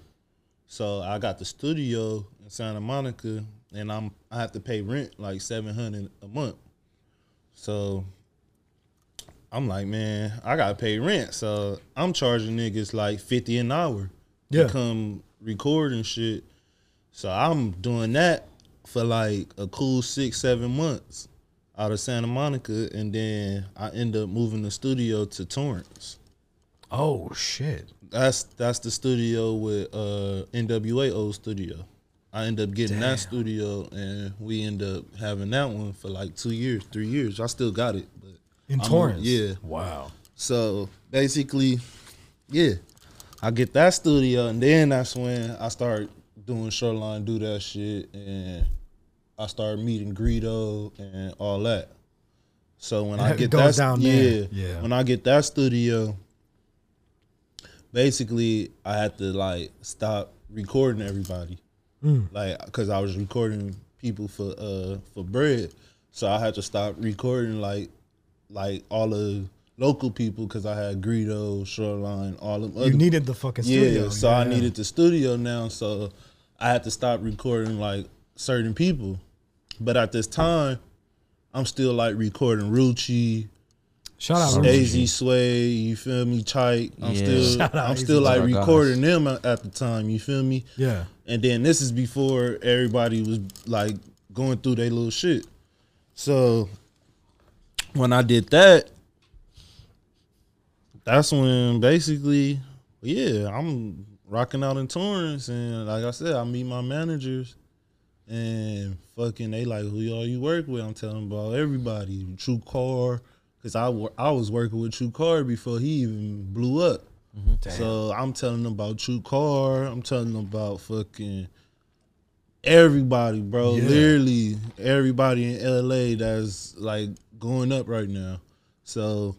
[SPEAKER 2] So I got the studio in Santa Monica, and I'm I have to pay rent like seven hundred a month. So I'm like, man, I gotta pay rent. So I'm charging niggas like fifty an hour
[SPEAKER 3] Yeah.
[SPEAKER 2] to come record and shit. So I'm doing that for like a cool six, seven months out of Santa Monica, and then I end up moving the studio to Torrance.
[SPEAKER 3] Oh shit.
[SPEAKER 2] That's that's the studio with uh NWA old studio. I end up getting that studio, and we end up having that one for like two years, three years. I still got it, but
[SPEAKER 3] In
[SPEAKER 2] I'm-
[SPEAKER 3] Torrance.
[SPEAKER 2] yeah.
[SPEAKER 3] Wow.
[SPEAKER 2] So basically, yeah, I get that studio, and then that's when I start doing Shoreline, do that shit, and I start meeting Greedo and all that. So when I
[SPEAKER 3] It
[SPEAKER 2] get
[SPEAKER 3] goes
[SPEAKER 2] that,
[SPEAKER 3] down
[SPEAKER 2] yeah,
[SPEAKER 3] there. Yeah.
[SPEAKER 2] when I get that studio, basically I had to like stop recording everybody, like because I was recording people for uh for bread, so I had to stop recording like like all the local people because I had Greedo, Shoreline, all them other
[SPEAKER 3] You needed the fucking
[SPEAKER 2] yeah.
[SPEAKER 3] studio.
[SPEAKER 2] So I
[SPEAKER 3] yeah.
[SPEAKER 2] needed the studio now, so I had to stop recording like certain people, but at this time. I'm still like recording Ruchi,
[SPEAKER 3] Shout out Ruchi.
[SPEAKER 2] AZ Sway, you feel me, Chike. I'm
[SPEAKER 4] Yeah.
[SPEAKER 2] still
[SPEAKER 3] Shout out
[SPEAKER 2] I'm
[SPEAKER 3] AZ.
[SPEAKER 2] still like
[SPEAKER 4] Oh my gosh.
[SPEAKER 2] recording them at at the time, you feel me?
[SPEAKER 3] Yeah.
[SPEAKER 2] And then this is before everybody was like going through their little shit. So when I did that, that's when basically, yeah, I'm rocking out in Torrance, and like I said, I meet my managers, and fucking they like who y'all you work with. I'm telling them about everybody, True Car, because I wa- I was working with True Car before he even blew up. So I'm telling them about True Car. I'm telling them about fucking everybody, bro.
[SPEAKER 3] Yeah.
[SPEAKER 2] Literally everybody in LA that's like going up right now. So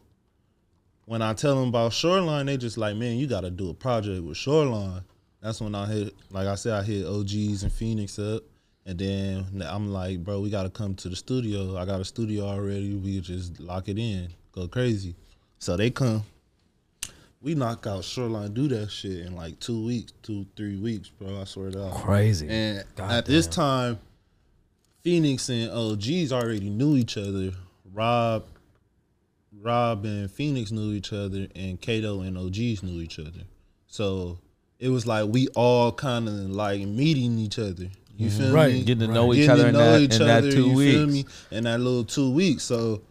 [SPEAKER 2] when I tell them about Shoreline, they just like, man, you got to do a project with Shoreline. That's when I hit, like I said, I hit OGs and Phoenix up. And then I'm like, bro, we got to come to the studio. I got a studio already. We just lock it in, go crazy. So they come. We knock out Shoreline, do that shit in like two weeks, two, three weeks, bro. I swear to God.
[SPEAKER 3] Crazy.
[SPEAKER 2] And
[SPEAKER 3] God
[SPEAKER 2] at this time, Phoenix and OGs already knew each other. Rob, Rob and Phoenix knew each other, and Kato and OGs knew each other. So it was like we all kind of like meeting each other. You feel
[SPEAKER 3] Right.
[SPEAKER 2] me?
[SPEAKER 4] Mm-hmm. Getting to know each
[SPEAKER 2] Getting
[SPEAKER 4] other
[SPEAKER 2] to
[SPEAKER 4] in
[SPEAKER 2] know
[SPEAKER 4] that,
[SPEAKER 2] each
[SPEAKER 4] in that
[SPEAKER 2] other,
[SPEAKER 4] two
[SPEAKER 2] you feel
[SPEAKER 4] weeks.
[SPEAKER 2] me? In that little two weeks, so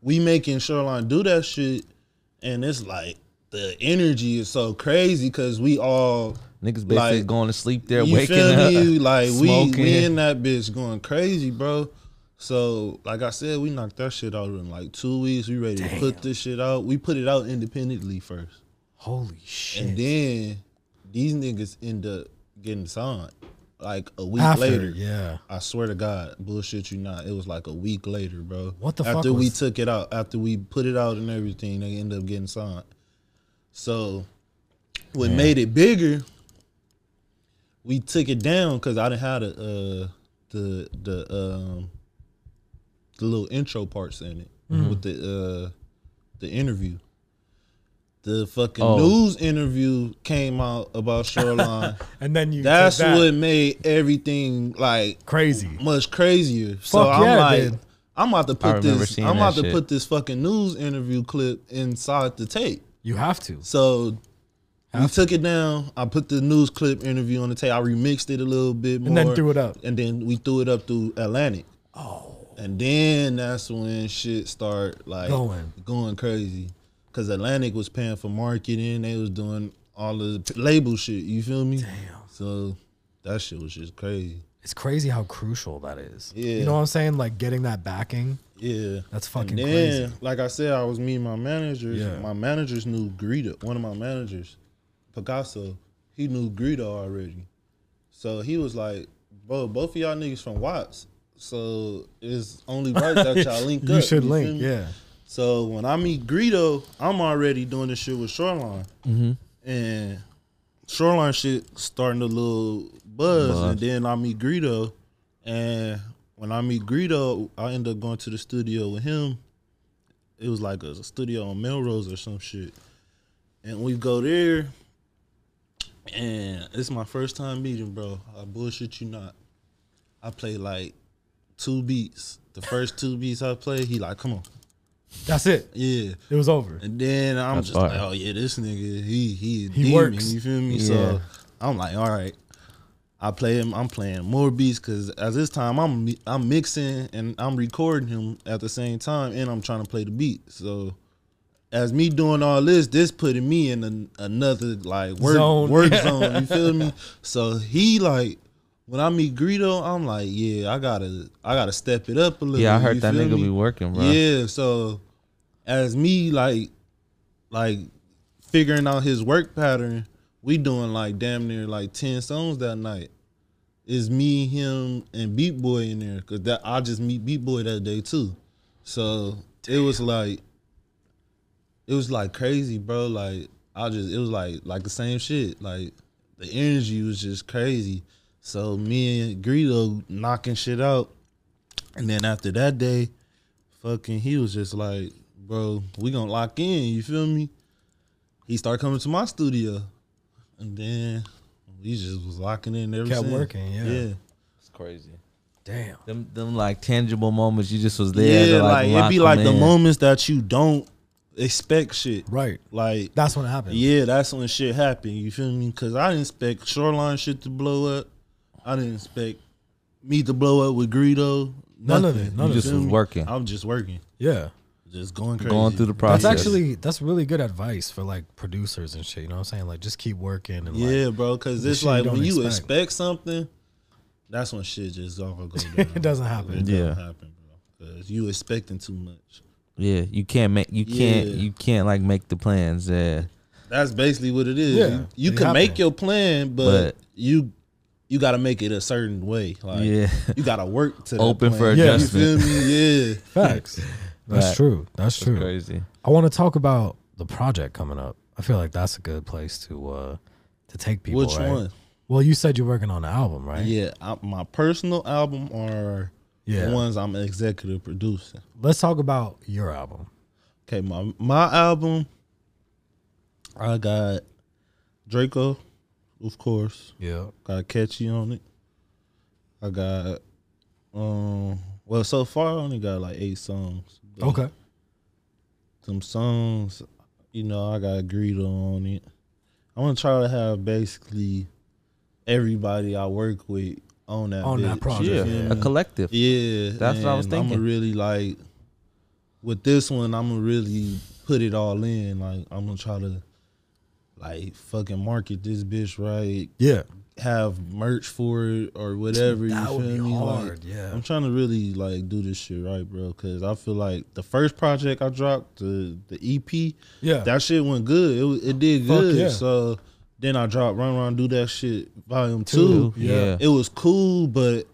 [SPEAKER 2] we making Shoreline do that shit, and it's like the energy is so crazy because we all
[SPEAKER 4] Niggas basically
[SPEAKER 2] Like,
[SPEAKER 4] going to sleep there,
[SPEAKER 2] you
[SPEAKER 4] waking
[SPEAKER 2] feel me?
[SPEAKER 4] up,
[SPEAKER 2] Like we,
[SPEAKER 4] smoking.
[SPEAKER 2] we in that bitch going crazy, bro. So like I said, we knocked that shit out in like two weeks. We ready to put this shit out. We put it out independently first,
[SPEAKER 3] Holy shit.
[SPEAKER 2] and then these niggas end up getting signed like a week
[SPEAKER 3] After,
[SPEAKER 2] later.
[SPEAKER 3] yeah.
[SPEAKER 2] I swear to God, bullshit you not. It was like a week later, bro.
[SPEAKER 3] What the fuck
[SPEAKER 2] after we
[SPEAKER 3] was-
[SPEAKER 2] took it out, after we put it out and everything, they ended up getting signed. So, what made it bigger? We took it down because I didn't have the uh, the the um
[SPEAKER 3] Mm-hmm.
[SPEAKER 2] the little intro parts in it with the uh the interview. the fucking
[SPEAKER 4] Oh.
[SPEAKER 2] news interview came out about Shoreline.
[SPEAKER 3] And then you
[SPEAKER 2] That's
[SPEAKER 3] took that.
[SPEAKER 2] what made everything like
[SPEAKER 3] crazy.
[SPEAKER 2] much crazier. so
[SPEAKER 3] Fuck
[SPEAKER 2] I'm
[SPEAKER 3] yeah,
[SPEAKER 2] like,
[SPEAKER 3] dude.
[SPEAKER 2] I'm about to
[SPEAKER 4] I
[SPEAKER 2] put
[SPEAKER 4] remember
[SPEAKER 2] this.
[SPEAKER 4] seeing
[SPEAKER 2] I'm about
[SPEAKER 4] that
[SPEAKER 2] to
[SPEAKER 4] shit.
[SPEAKER 2] put this fucking news interview clip inside the tape.
[SPEAKER 3] You have to.
[SPEAKER 2] So we
[SPEAKER 3] Have
[SPEAKER 2] took it down. I put the news clip interview on the tape. I remixed it a little bit more,
[SPEAKER 3] And then threw it up.
[SPEAKER 2] And then we threw it up through Atlantic. Oh. And then that's when shit start like
[SPEAKER 3] Going.
[SPEAKER 2] going crazy, because Atlantic was paying for marketing. They was doing all of the label shit. You feel me? Damn. So that shit was just crazy.
[SPEAKER 3] It's crazy how crucial that is.
[SPEAKER 2] Yeah.
[SPEAKER 3] You know what I'm saying? Like getting that backing.
[SPEAKER 2] Yeah.
[SPEAKER 3] That's fucking
[SPEAKER 2] and then,
[SPEAKER 3] crazy.
[SPEAKER 2] Like I said, I was meeting my managers.
[SPEAKER 3] Yeah.
[SPEAKER 2] My managers knew Greta. One of my managers, Picasso, he knew Greta already. So he was like, bro, both of y'all niggas from Watts. So it's only right that y'all link
[SPEAKER 3] you
[SPEAKER 2] up.
[SPEAKER 3] should
[SPEAKER 2] feel
[SPEAKER 3] link.
[SPEAKER 2] me?
[SPEAKER 3] Yeah.
[SPEAKER 2] So when I meet Greedo, I'm already doing this shit with Shoreline. And Shoreline shit starting to little buzz. And then I meet Greedo. And when I meet Greedo, I end up going to the studio with him. It was like a studio on Melrose or some shit. And we go there. And it's my first time meeting, bro. I bullshit you not. I play like two beats. The first two beats I play, he like, come on.
[SPEAKER 3] That's it.
[SPEAKER 2] Yeah.
[SPEAKER 3] It was over.
[SPEAKER 2] And then I'm
[SPEAKER 4] That's
[SPEAKER 2] just
[SPEAKER 4] fire.
[SPEAKER 2] like, oh yeah, this nigga, he he a
[SPEAKER 3] He
[SPEAKER 2] demon,
[SPEAKER 3] works.
[SPEAKER 2] You feel me?
[SPEAKER 4] Yeah.
[SPEAKER 2] So I'm like, all right. I play him. I'm playing more beats because at this time I'm mi- I'm mixing and I'm recording him at the same time, and I'm trying to play the beat. So as me doing all this, this putting me in an, another like work
[SPEAKER 3] Zone.
[SPEAKER 2] work zone. You feel me? So he like when I meet Greedo, I'm like, yeah, I gotta I gotta step it up a little.
[SPEAKER 4] Yeah, I heard
[SPEAKER 2] you
[SPEAKER 4] that
[SPEAKER 2] feel
[SPEAKER 4] nigga
[SPEAKER 2] me?
[SPEAKER 4] be working, bro.
[SPEAKER 2] Yeah, so as me like like figuring out his work pattern, we doing like damn near like ten songs that night. It's me, him, and Beat Boy in there because that I just meet Beat Boy that day too. So it was like it was like crazy, bro. Like I just it was like like the same shit. Like the energy was just crazy. So me and Greedo knocking shit out. And then after that day, fucking he was just like, bro, we gonna lock in, you feel me? He started coming to my studio. And then we just was locking in every
[SPEAKER 3] Kept working, yeah.
[SPEAKER 2] Yeah.
[SPEAKER 4] It's crazy.
[SPEAKER 3] Damn.
[SPEAKER 4] Them them like tangible moments you just was there.
[SPEAKER 2] Yeah,
[SPEAKER 4] to,
[SPEAKER 2] like,
[SPEAKER 4] lock
[SPEAKER 2] it be
[SPEAKER 4] them
[SPEAKER 2] like the
[SPEAKER 4] in.
[SPEAKER 2] moments that you don't expect shit.
[SPEAKER 3] Right.
[SPEAKER 2] Like
[SPEAKER 3] That's when it happened.
[SPEAKER 2] Yeah, that's when shit happened. You feel me? Because I didn't expect Shoreline shit to blow up. I didn't expect me to blow up with Greedo.
[SPEAKER 3] None of
[SPEAKER 2] nothing.
[SPEAKER 3] it, none
[SPEAKER 2] You
[SPEAKER 3] of
[SPEAKER 2] feel
[SPEAKER 3] it.
[SPEAKER 4] Just was
[SPEAKER 2] me?
[SPEAKER 4] working.
[SPEAKER 2] I was just working,
[SPEAKER 3] Yeah.
[SPEAKER 2] just going crazy.
[SPEAKER 4] Going through the process.
[SPEAKER 3] That's actually that's really good advice for like producers and shit. You know what I'm saying? Like just keep working and
[SPEAKER 2] yeah, bro. Because
[SPEAKER 3] the
[SPEAKER 2] it's
[SPEAKER 3] shit you
[SPEAKER 2] like
[SPEAKER 3] don't
[SPEAKER 2] when you
[SPEAKER 3] expect.
[SPEAKER 2] expect something, that's when shit just all go down.
[SPEAKER 3] like it doesn't happen.
[SPEAKER 2] It
[SPEAKER 4] Yeah.
[SPEAKER 2] don't happen, bro. Because you expecting too much.
[SPEAKER 4] Yeah, you can't make you can't
[SPEAKER 2] Yeah.
[SPEAKER 4] you can't like make the plans. Yeah.
[SPEAKER 2] That's basically what it is.
[SPEAKER 3] Yeah,
[SPEAKER 2] you you
[SPEAKER 3] it
[SPEAKER 2] can make
[SPEAKER 3] happen.
[SPEAKER 2] your plan, but,
[SPEAKER 4] But-
[SPEAKER 2] you you got to make it a certain way. Like
[SPEAKER 4] Yeah.
[SPEAKER 2] you got to work to that
[SPEAKER 4] Open
[SPEAKER 2] plan.
[SPEAKER 4] for
[SPEAKER 3] Yeah.
[SPEAKER 2] You
[SPEAKER 4] adjustment.
[SPEAKER 2] feel me? Yeah.
[SPEAKER 3] Facts. That's
[SPEAKER 4] Right.
[SPEAKER 3] true. That's
[SPEAKER 4] It's
[SPEAKER 3] true.
[SPEAKER 4] crazy.
[SPEAKER 3] I want to talk about the project coming up. I feel like that's a good place to uh to take people.
[SPEAKER 2] Which
[SPEAKER 3] right?
[SPEAKER 2] one?
[SPEAKER 3] Well, you said you're working on an album, right?
[SPEAKER 2] Yeah, I, my personal album are
[SPEAKER 3] Yeah.
[SPEAKER 2] the ones I'm executive producing.
[SPEAKER 3] Let's talk about your album.
[SPEAKER 2] Okay, my my album, I got Draco, of course.
[SPEAKER 3] Yeah.
[SPEAKER 2] Got Catchy on it. I got um. Well, so far I only got like eight songs. but
[SPEAKER 3] Okay.
[SPEAKER 2] Some songs, you know, I got Greedo on it. I want to try to have basically everybody I work with on that
[SPEAKER 3] On that
[SPEAKER 2] bitch.
[SPEAKER 3] project.
[SPEAKER 4] Yeah.
[SPEAKER 2] Yeah.
[SPEAKER 4] A collective.
[SPEAKER 2] Yeah,
[SPEAKER 4] That's what I was
[SPEAKER 2] I'm
[SPEAKER 4] thinking.
[SPEAKER 2] gonna really like with this one. I'm gonna really put it all in. Like I'm gonna try to like fucking market this bitch right.
[SPEAKER 3] Yeah.
[SPEAKER 2] Have merch for it or whatever.
[SPEAKER 3] That
[SPEAKER 2] you
[SPEAKER 3] would
[SPEAKER 2] feel
[SPEAKER 3] be
[SPEAKER 2] me? Like,
[SPEAKER 3] hard, yeah.
[SPEAKER 2] I'm trying to really like do this shit right, bro. Because I feel like the first project I dropped, the the EP,
[SPEAKER 3] Yeah.
[SPEAKER 2] that shit went good. It, wa- it did
[SPEAKER 3] Fuck
[SPEAKER 2] good.
[SPEAKER 3] yeah.
[SPEAKER 2] So then I dropped Run Run Do That Shit Volume
[SPEAKER 3] Two.
[SPEAKER 2] Two
[SPEAKER 4] Yeah.
[SPEAKER 2] it was cool, but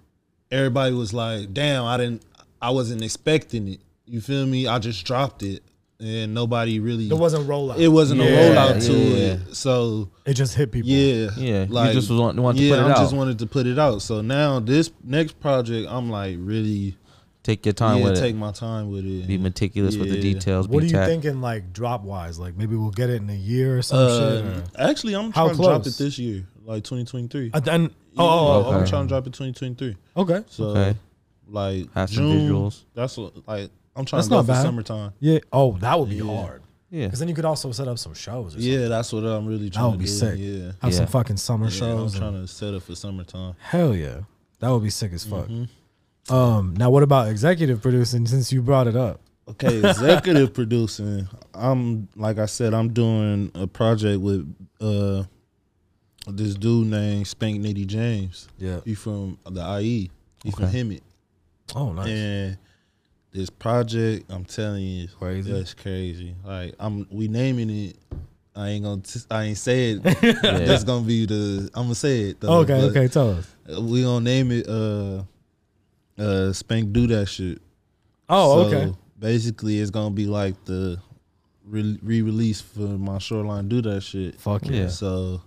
[SPEAKER 2] everybody was like, "Damn, I didn't, I wasn't expecting it." You feel me? I just dropped it, and nobody really.
[SPEAKER 3] It wasn't rollout.
[SPEAKER 2] It wasn't a
[SPEAKER 3] Yeah,
[SPEAKER 2] rollout to
[SPEAKER 4] yeah.
[SPEAKER 2] it, so
[SPEAKER 3] It just hit people.
[SPEAKER 2] yeah,
[SPEAKER 4] Yeah, you just was want- wanted to
[SPEAKER 2] yeah,
[SPEAKER 4] put it
[SPEAKER 2] I just
[SPEAKER 4] out.
[SPEAKER 2] wanted to put it out. So now this next project, I'm like really
[SPEAKER 4] Take your time
[SPEAKER 2] yeah,
[SPEAKER 4] with
[SPEAKER 2] take
[SPEAKER 4] it.
[SPEAKER 2] my time with it.
[SPEAKER 4] Be meticulous with the
[SPEAKER 2] Yeah.
[SPEAKER 4] details.
[SPEAKER 3] What are
[SPEAKER 4] be
[SPEAKER 3] you
[SPEAKER 4] tact-
[SPEAKER 3] thinking, like drop wise? Like maybe we'll get it in a year or some shit.
[SPEAKER 2] Uh,
[SPEAKER 3] Or,
[SPEAKER 2] actually, I'm
[SPEAKER 3] How
[SPEAKER 2] trying to drop it
[SPEAKER 3] close?
[SPEAKER 2] this year, like 2023.
[SPEAKER 3] Uh, then,
[SPEAKER 2] Yeah,
[SPEAKER 3] oh,
[SPEAKER 2] I'm
[SPEAKER 4] okay.
[SPEAKER 2] trying to drop it 2023.
[SPEAKER 3] oh, okay.
[SPEAKER 2] So
[SPEAKER 4] Okay.
[SPEAKER 2] like
[SPEAKER 4] Have some
[SPEAKER 2] June,
[SPEAKER 4] visuals.
[SPEAKER 2] That's what, like I'm trying
[SPEAKER 3] That's
[SPEAKER 2] to go
[SPEAKER 3] not
[SPEAKER 2] for
[SPEAKER 3] bad.
[SPEAKER 2] summertime.
[SPEAKER 3] Yeah. Oh, that would be
[SPEAKER 2] Yeah.
[SPEAKER 3] hard.
[SPEAKER 4] Yeah.
[SPEAKER 3] Because then you could also set up some shows. Or
[SPEAKER 2] Yeah, that's what I'm really trying
[SPEAKER 3] would
[SPEAKER 2] to
[SPEAKER 3] be
[SPEAKER 2] do.
[SPEAKER 3] sick.
[SPEAKER 2] Yeah,
[SPEAKER 3] Have
[SPEAKER 4] Yeah.
[SPEAKER 3] some fucking summer
[SPEAKER 2] yeah I'm
[SPEAKER 3] shows. and-
[SPEAKER 2] trying to set up for summertime.
[SPEAKER 3] Hell yeah. That would be sick as fuck.
[SPEAKER 2] Mm-hmm.
[SPEAKER 3] Um, now what about executive producing since you brought it up?
[SPEAKER 2] Okay, executive producing. I'm like I said, I'm doing a project with uh this dude named Spank Nitty James.
[SPEAKER 3] Yeah.
[SPEAKER 2] He from the IE. He from
[SPEAKER 4] Okay.
[SPEAKER 2] Hemet.
[SPEAKER 3] Oh nice.
[SPEAKER 2] And this project, I'm telling you,
[SPEAKER 3] Crazy.
[SPEAKER 2] That's crazy. Like I'm, we naming it. I ain't gonna. T- I ain't say it. That's gonna be the. I'm gonna say it. Though,
[SPEAKER 3] okay,
[SPEAKER 2] but
[SPEAKER 3] okay, tell us.
[SPEAKER 2] We gonna name it. Uh, uh, Spank do that shit.
[SPEAKER 3] Oh,
[SPEAKER 2] So,
[SPEAKER 3] okay.
[SPEAKER 2] Basically, it's gonna be like the re- re-release for my shoreline do that shit.
[SPEAKER 3] Fuck yeah.
[SPEAKER 4] Yeah.
[SPEAKER 2] So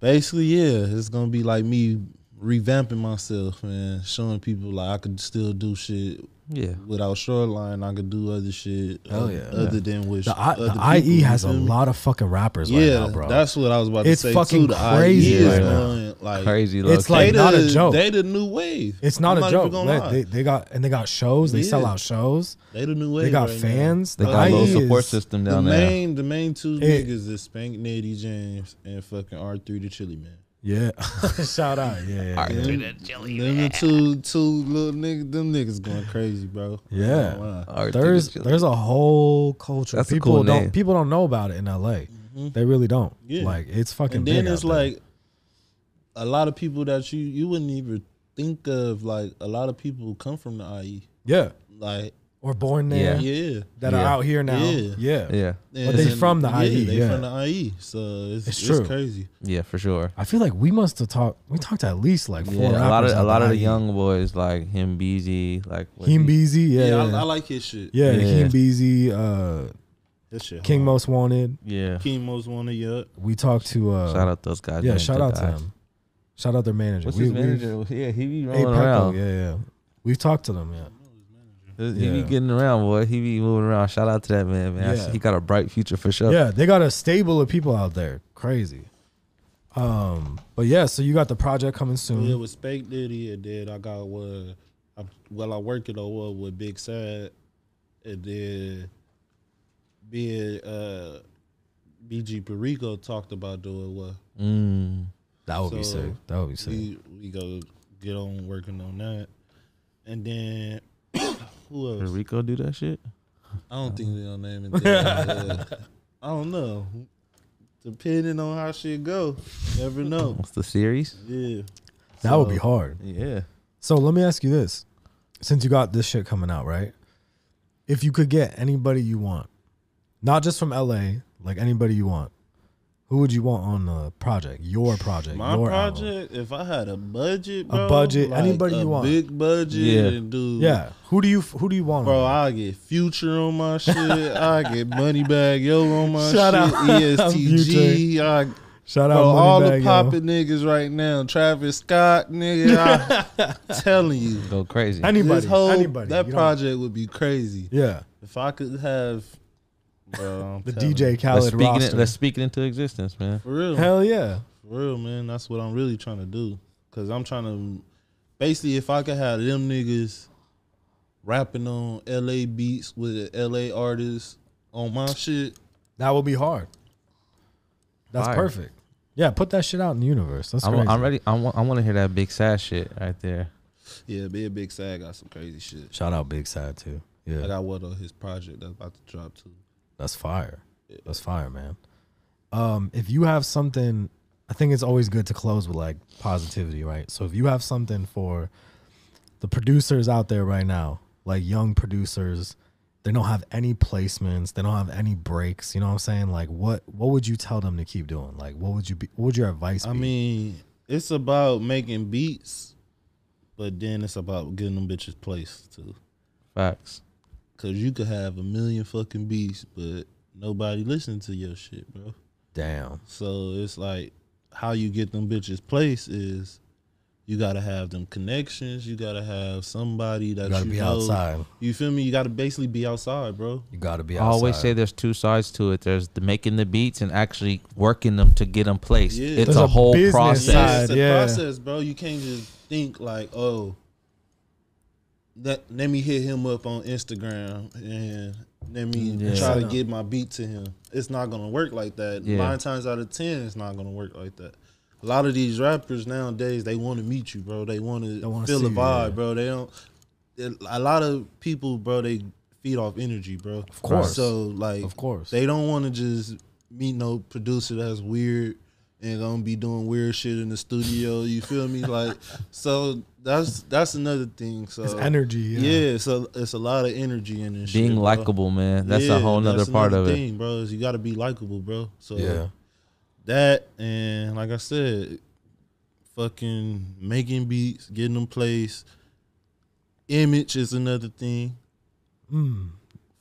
[SPEAKER 2] basically, yeah, it's gonna be like me revamping myself and showing people like I could still do shit
[SPEAKER 4] Yeah.
[SPEAKER 2] without shoreline. I could do other shit.
[SPEAKER 3] Hell
[SPEAKER 2] uh,
[SPEAKER 3] yeah.
[SPEAKER 2] Other than which
[SPEAKER 3] The, I,
[SPEAKER 2] other
[SPEAKER 3] the IE
[SPEAKER 2] uh, people, you
[SPEAKER 3] has a
[SPEAKER 2] feel me?
[SPEAKER 3] lot of fucking rappers
[SPEAKER 2] Yeah,
[SPEAKER 3] right now, bro.
[SPEAKER 2] that's what I was about
[SPEAKER 3] It's
[SPEAKER 2] to say.
[SPEAKER 3] fucking
[SPEAKER 2] too. The
[SPEAKER 3] crazy
[SPEAKER 2] IE is
[SPEAKER 4] right now.
[SPEAKER 2] going, like
[SPEAKER 4] Crazy.
[SPEAKER 3] It's
[SPEAKER 2] They
[SPEAKER 4] location.
[SPEAKER 3] like- not a
[SPEAKER 2] the-
[SPEAKER 3] joke.
[SPEAKER 2] They the new wave.
[SPEAKER 3] it's not
[SPEAKER 2] I'm
[SPEAKER 3] a
[SPEAKER 2] even
[SPEAKER 3] joke.
[SPEAKER 2] gonna lie.
[SPEAKER 3] They, they got and they got shows. They sell
[SPEAKER 2] Yeah.
[SPEAKER 3] out shows.
[SPEAKER 2] They the new wave.
[SPEAKER 3] They got
[SPEAKER 2] right now. E
[SPEAKER 3] fans.
[SPEAKER 4] They
[SPEAKER 3] The
[SPEAKER 4] got
[SPEAKER 3] IE
[SPEAKER 4] a little support
[SPEAKER 3] is-
[SPEAKER 4] system
[SPEAKER 2] The
[SPEAKER 4] down there.
[SPEAKER 2] main, the main two
[SPEAKER 3] It-
[SPEAKER 2] niggas is Spank Nitty James and fucking R three the Chili Man.
[SPEAKER 3] Yeah. Shout out. Yeah. yeah, yeah.
[SPEAKER 2] Them, them the two two little niggas, them niggas going crazy, bro.
[SPEAKER 3] Yeah.
[SPEAKER 2] Wow.
[SPEAKER 4] Or through the
[SPEAKER 3] There's
[SPEAKER 4] chili.
[SPEAKER 3] there's a whole culture.
[SPEAKER 4] That's a
[SPEAKER 3] people
[SPEAKER 4] cool
[SPEAKER 3] don't
[SPEAKER 4] name.
[SPEAKER 3] people don't know about it in LA. They really don't.
[SPEAKER 2] Yeah.
[SPEAKER 3] Like it's fucking.
[SPEAKER 2] And then
[SPEAKER 3] big out
[SPEAKER 2] it's
[SPEAKER 3] there.
[SPEAKER 2] like a lot of people that you you wouldn't even think of. Like a lot of people come from the IE.
[SPEAKER 3] yeah,
[SPEAKER 2] Like
[SPEAKER 3] or born there
[SPEAKER 4] Yeah.
[SPEAKER 2] yeah,
[SPEAKER 3] that are
[SPEAKER 4] Yeah.
[SPEAKER 3] out here now.
[SPEAKER 2] Yeah.
[SPEAKER 3] yeah.
[SPEAKER 4] Yeah.
[SPEAKER 2] And-
[SPEAKER 3] they from the IE,
[SPEAKER 2] They
[SPEAKER 3] yeah.
[SPEAKER 2] from the IE, so it's,
[SPEAKER 3] It's
[SPEAKER 2] it's,
[SPEAKER 3] true.
[SPEAKER 2] crazy.
[SPEAKER 4] Yeah, for sure.
[SPEAKER 3] I feel like we must have talked. We talked to at least like four.
[SPEAKER 4] Yeah, a lot of
[SPEAKER 3] rappers
[SPEAKER 4] a lot
[SPEAKER 3] out
[SPEAKER 4] of the
[SPEAKER 3] IE.
[SPEAKER 4] young boys like him, BZ, like what
[SPEAKER 3] Heem
[SPEAKER 4] he-
[SPEAKER 3] E. Beezy, yeah,
[SPEAKER 2] Yeah,
[SPEAKER 3] yeah,
[SPEAKER 2] I, I like his shit.
[SPEAKER 3] yeah,
[SPEAKER 4] Yeah.
[SPEAKER 3] Heem Beezy, uh,
[SPEAKER 2] that shit.
[SPEAKER 3] King
[SPEAKER 2] hard.
[SPEAKER 3] Most Wanted.
[SPEAKER 4] Yeah.
[SPEAKER 2] King Most one of your
[SPEAKER 3] We talked to uh,
[SPEAKER 4] Shout out those guys.
[SPEAKER 3] yeah,
[SPEAKER 4] man,
[SPEAKER 3] shout
[SPEAKER 4] that
[SPEAKER 3] out to
[SPEAKER 4] died.
[SPEAKER 3] them. Shout out their manager.
[SPEAKER 4] What's
[SPEAKER 3] We-
[SPEAKER 4] his
[SPEAKER 3] we-
[SPEAKER 4] manager? Yeah, he be
[SPEAKER 3] Hey,
[SPEAKER 4] rolling
[SPEAKER 3] Peppo,
[SPEAKER 4] around.
[SPEAKER 3] yeah, yeah. We've talked to them. Yeah,
[SPEAKER 4] He
[SPEAKER 3] Yeah.
[SPEAKER 4] be getting around, boy. He be moving around. Shout out to that man, man. I
[SPEAKER 3] Yeah.
[SPEAKER 4] see He got a bright future for sure.
[SPEAKER 3] yeah, they got a stable of people out there. Crazy. Um, but yeah, so you got the project coming soon.
[SPEAKER 2] Yeah, with Spake Diddy, and then I got one. I, well, I work it over with Big Sad, and then being uh, BG Perico talked about doing what
[SPEAKER 4] Mm.
[SPEAKER 3] that would be
[SPEAKER 2] so
[SPEAKER 3] sick. That would be sick.
[SPEAKER 2] we we go get on working on that, and then who
[SPEAKER 4] Did
[SPEAKER 2] else?
[SPEAKER 4] Rico do that shit?
[SPEAKER 2] I don't think they'll name it. That. Uh, I don't know. Depending on how shit go, never know.
[SPEAKER 4] What's the series?
[SPEAKER 2] Yeah,
[SPEAKER 3] that would be hard.
[SPEAKER 4] Yeah.
[SPEAKER 3] So let me ask you this: since you got this shit coming out, right? If you could get anybody you want, not just from LA, like anybody you want, who would you want on the project? Your project,
[SPEAKER 2] My
[SPEAKER 3] your album?
[SPEAKER 2] project, if I had a budget, bro,
[SPEAKER 3] budget,
[SPEAKER 2] like
[SPEAKER 3] anybody
[SPEAKER 2] a
[SPEAKER 3] you want.
[SPEAKER 2] big budget,
[SPEAKER 4] Yeah.
[SPEAKER 2] and dude,
[SPEAKER 3] Yeah. Who do you Who do you want?
[SPEAKER 2] bro,
[SPEAKER 3] on
[SPEAKER 2] I get Future on my shit, I get Moneybag Yo on my
[SPEAKER 3] Shout
[SPEAKER 2] shit, E
[SPEAKER 3] out
[SPEAKER 2] ESTG, I,
[SPEAKER 3] there? Shout out
[SPEAKER 2] bro, all the
[SPEAKER 3] Moneybagg, yo.
[SPEAKER 2] popping niggas right now, Travis Scott, nigga, I'm telling you,
[SPEAKER 4] Go crazy.
[SPEAKER 3] Anybody,
[SPEAKER 2] this whole
[SPEAKER 3] anybody.
[SPEAKER 2] that
[SPEAKER 3] you don't-
[SPEAKER 2] project would be crazy
[SPEAKER 3] Yeah,
[SPEAKER 2] if I could have, bro, I'm
[SPEAKER 3] the
[SPEAKER 2] telling you.
[SPEAKER 3] DJ
[SPEAKER 4] Let's
[SPEAKER 3] Khaled
[SPEAKER 4] speak, it,
[SPEAKER 3] roster.
[SPEAKER 4] let's speak it into existence, man.
[SPEAKER 2] for real,
[SPEAKER 3] Hell yeah.
[SPEAKER 2] For real, man. That's what I'm really trying to do. Cause I'm trying to basically if I could have them niggas rapping on LA beats with a LA artists on my shit.
[SPEAKER 3] That would be hard. That's
[SPEAKER 4] Fire.
[SPEAKER 3] perfect. Yeah, put that shit out in the universe. That's
[SPEAKER 4] I'm,
[SPEAKER 3] crazy.
[SPEAKER 4] I'm ready. I want, I want to hear that big sad shit right there.
[SPEAKER 2] Yeah, be a big sag got some crazy shit.
[SPEAKER 3] Shout out Big Side too.
[SPEAKER 2] I
[SPEAKER 3] Yeah,
[SPEAKER 2] got what on his project that's about to drop too.
[SPEAKER 3] that's fire. That's fire, man. Um, if you have something, I think it's always good to close with like positivity, right? So if you have something for the producers out there right now, like young producers, they don't have any placements, they don't have any breaks. You know what I'm saying? Like, what what would you tell them to keep doing? Like, what would you be? What would your advice?
[SPEAKER 2] I
[SPEAKER 3] be?
[SPEAKER 2] mean, it's about making beats, but then it's about getting them bitches placed too.
[SPEAKER 4] Facts.
[SPEAKER 2] Cause you could have a million fucking beats, but nobody listen to your shit, bro.
[SPEAKER 3] damn.
[SPEAKER 2] So it's like how you get them bitches placed is You gotta have them connections. You gotta have somebody that
[SPEAKER 3] You
[SPEAKER 2] you
[SPEAKER 3] gotta be
[SPEAKER 2] know-
[SPEAKER 3] outside.
[SPEAKER 2] You feel me? You gotta basically be outside, bro.
[SPEAKER 3] You gotta be
[SPEAKER 4] I
[SPEAKER 3] outside.
[SPEAKER 4] always say there's two sides to it. There's the making the beats and actually working them to get them placed.
[SPEAKER 2] Yeah.
[SPEAKER 4] It's
[SPEAKER 2] There's
[SPEAKER 4] a
[SPEAKER 3] a
[SPEAKER 4] whole
[SPEAKER 3] business
[SPEAKER 4] process.
[SPEAKER 3] side.
[SPEAKER 2] Yeah, it's a
[SPEAKER 3] yeah.
[SPEAKER 2] process, bro. You can't just think like, oh, let, let me hit him up on Instagram and let me
[SPEAKER 4] Yeah.
[SPEAKER 2] try to
[SPEAKER 3] No.
[SPEAKER 2] get my beat to him. It's not gonna work like that.
[SPEAKER 4] Yeah.
[SPEAKER 2] Nine times out of ten, it's not gonna work like that. A lot of these rappers nowadays, they want to meet you, bro. They want to
[SPEAKER 3] wanna
[SPEAKER 2] feel
[SPEAKER 3] see
[SPEAKER 2] the
[SPEAKER 3] you,
[SPEAKER 2] vibe,
[SPEAKER 3] yeah.
[SPEAKER 2] bro. They don't. A lot of people, bro, they feed off energy, bro. Of
[SPEAKER 3] course.
[SPEAKER 2] So like,
[SPEAKER 3] Of course.
[SPEAKER 2] they don't want to just meet no producer that's weird and gonna be doing weird shit in the studio. You feel me? Like, so that's that's another thing. So
[SPEAKER 3] it's energy. Yeah.
[SPEAKER 2] Yeah, so it's a lot of energy in this.
[SPEAKER 4] Being
[SPEAKER 2] shit, bro.
[SPEAKER 4] likable, man. That's
[SPEAKER 2] Yeah,
[SPEAKER 4] a whole nother
[SPEAKER 2] that's
[SPEAKER 4] part of
[SPEAKER 2] another
[SPEAKER 4] it.
[SPEAKER 2] thing, bro. Is you got to be likable, bro. So
[SPEAKER 3] Yeah.
[SPEAKER 2] that and like I said, fucking making beats, getting them placed. Image is another thing.
[SPEAKER 3] Mm.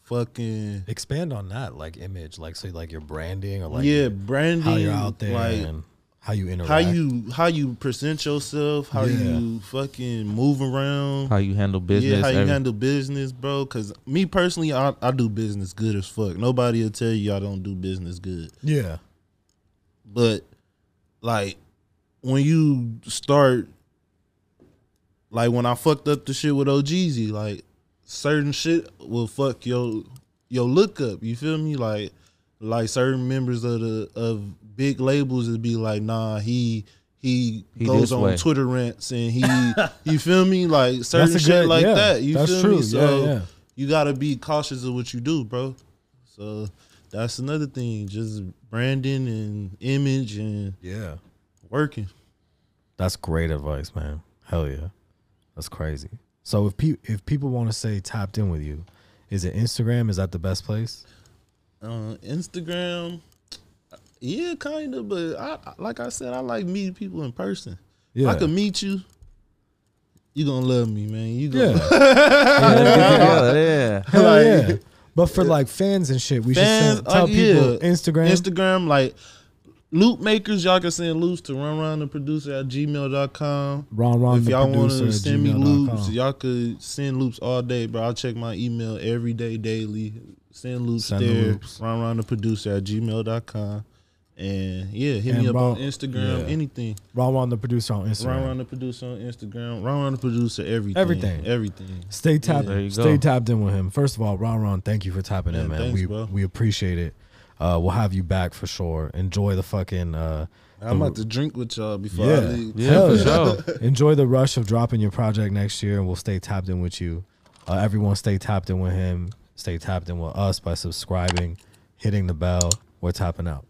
[SPEAKER 2] Fucking
[SPEAKER 3] Expand on that, like image, like so, like your branding or like
[SPEAKER 2] yeah, branding.
[SPEAKER 3] how you're out there
[SPEAKER 2] like
[SPEAKER 3] and how you interact.
[SPEAKER 2] how you how you present yourself, how
[SPEAKER 3] Yeah.
[SPEAKER 2] you fucking move around,
[SPEAKER 4] How you handle business.
[SPEAKER 2] yeah, how you
[SPEAKER 4] every-
[SPEAKER 2] handle business, bro. Cause me personally, I, I do business good as fuck. Nobody will tell you I don't do business good,
[SPEAKER 3] Yeah.
[SPEAKER 2] but like when you start, like when I fucked up the shit with OGZ, like certain shit will fuck your your look up. You feel me? Like like certain members of the of big labels would be like, nah, he he,
[SPEAKER 4] He this
[SPEAKER 2] goes on
[SPEAKER 4] way.
[SPEAKER 2] Twitter rants and he you feel me? Like
[SPEAKER 3] That's
[SPEAKER 2] certain
[SPEAKER 3] a
[SPEAKER 2] shit
[SPEAKER 3] good-
[SPEAKER 2] like
[SPEAKER 3] yeah,
[SPEAKER 2] that. You
[SPEAKER 3] that's
[SPEAKER 2] feel
[SPEAKER 3] true.
[SPEAKER 2] me?
[SPEAKER 3] Yeah,
[SPEAKER 2] So
[SPEAKER 3] yeah.
[SPEAKER 2] you gotta be cautious of what you do, bro. So that's another thing. Just branding and image and
[SPEAKER 3] Yeah.
[SPEAKER 2] working.
[SPEAKER 3] That's great advice, man. Hell yeah. That's crazy. So if pe- if people want to say tapped in with you, is it Instagram? Is that the best place?
[SPEAKER 2] uh, Instagram. Yeah, kind of, but I I- like I said, I like meeting people in person. If I
[SPEAKER 3] Yeah.
[SPEAKER 2] could meet you. You gonna love me, man. You gonna
[SPEAKER 3] Yeah.
[SPEAKER 4] Yeah, yeah.
[SPEAKER 3] Hell
[SPEAKER 2] Like-
[SPEAKER 3] yeah. But for like fans and shit, we
[SPEAKER 2] fans.
[SPEAKER 3] should send, tell
[SPEAKER 2] like,
[SPEAKER 3] people
[SPEAKER 2] yeah.
[SPEAKER 3] Instagram.
[SPEAKER 2] Instagram, like loop makers, y'all can send loops to run around the producer at gmail.com.
[SPEAKER 3] Ron Ron
[SPEAKER 2] if
[SPEAKER 3] the
[SPEAKER 2] y'all want
[SPEAKER 3] producer
[SPEAKER 2] to
[SPEAKER 3] at
[SPEAKER 2] send me
[SPEAKER 3] gmail.com.
[SPEAKER 2] loops, y'all could send loops all day, bro. I check my email every day, daily. Send loops
[SPEAKER 3] Send the
[SPEAKER 2] there.
[SPEAKER 3] loops.
[SPEAKER 2] Run around the producer at gmail.com. And yeah, hit
[SPEAKER 3] And
[SPEAKER 2] me up
[SPEAKER 3] bro-
[SPEAKER 2] on Instagram,
[SPEAKER 3] yeah.
[SPEAKER 2] anything.
[SPEAKER 3] Ron Ron the producer on Instagram.
[SPEAKER 2] Run around the producer on Instagram. Run around the producer, everything.
[SPEAKER 3] Everything.
[SPEAKER 2] Everything.
[SPEAKER 3] Stay tapped.
[SPEAKER 4] There you
[SPEAKER 3] stay
[SPEAKER 4] go.
[SPEAKER 3] tapped in with him. First of all, Ron Ron, thank you for tapping in,
[SPEAKER 2] Man,
[SPEAKER 3] man.
[SPEAKER 2] thanks,
[SPEAKER 3] we
[SPEAKER 2] bro.
[SPEAKER 3] we appreciate it. Uh, we'll have you back for sure. Enjoy the fucking. Uh,
[SPEAKER 2] I'm about to drink with y'all before I
[SPEAKER 3] yeah,
[SPEAKER 2] leave.
[SPEAKER 3] hell
[SPEAKER 4] for sure.
[SPEAKER 3] Enjoy the rush of dropping your project next year, and we'll stay tapped in with you. Uh, everyone, stay tapped in with him. Stay tapped in with us by subscribing, hitting the bell. We're tapping out.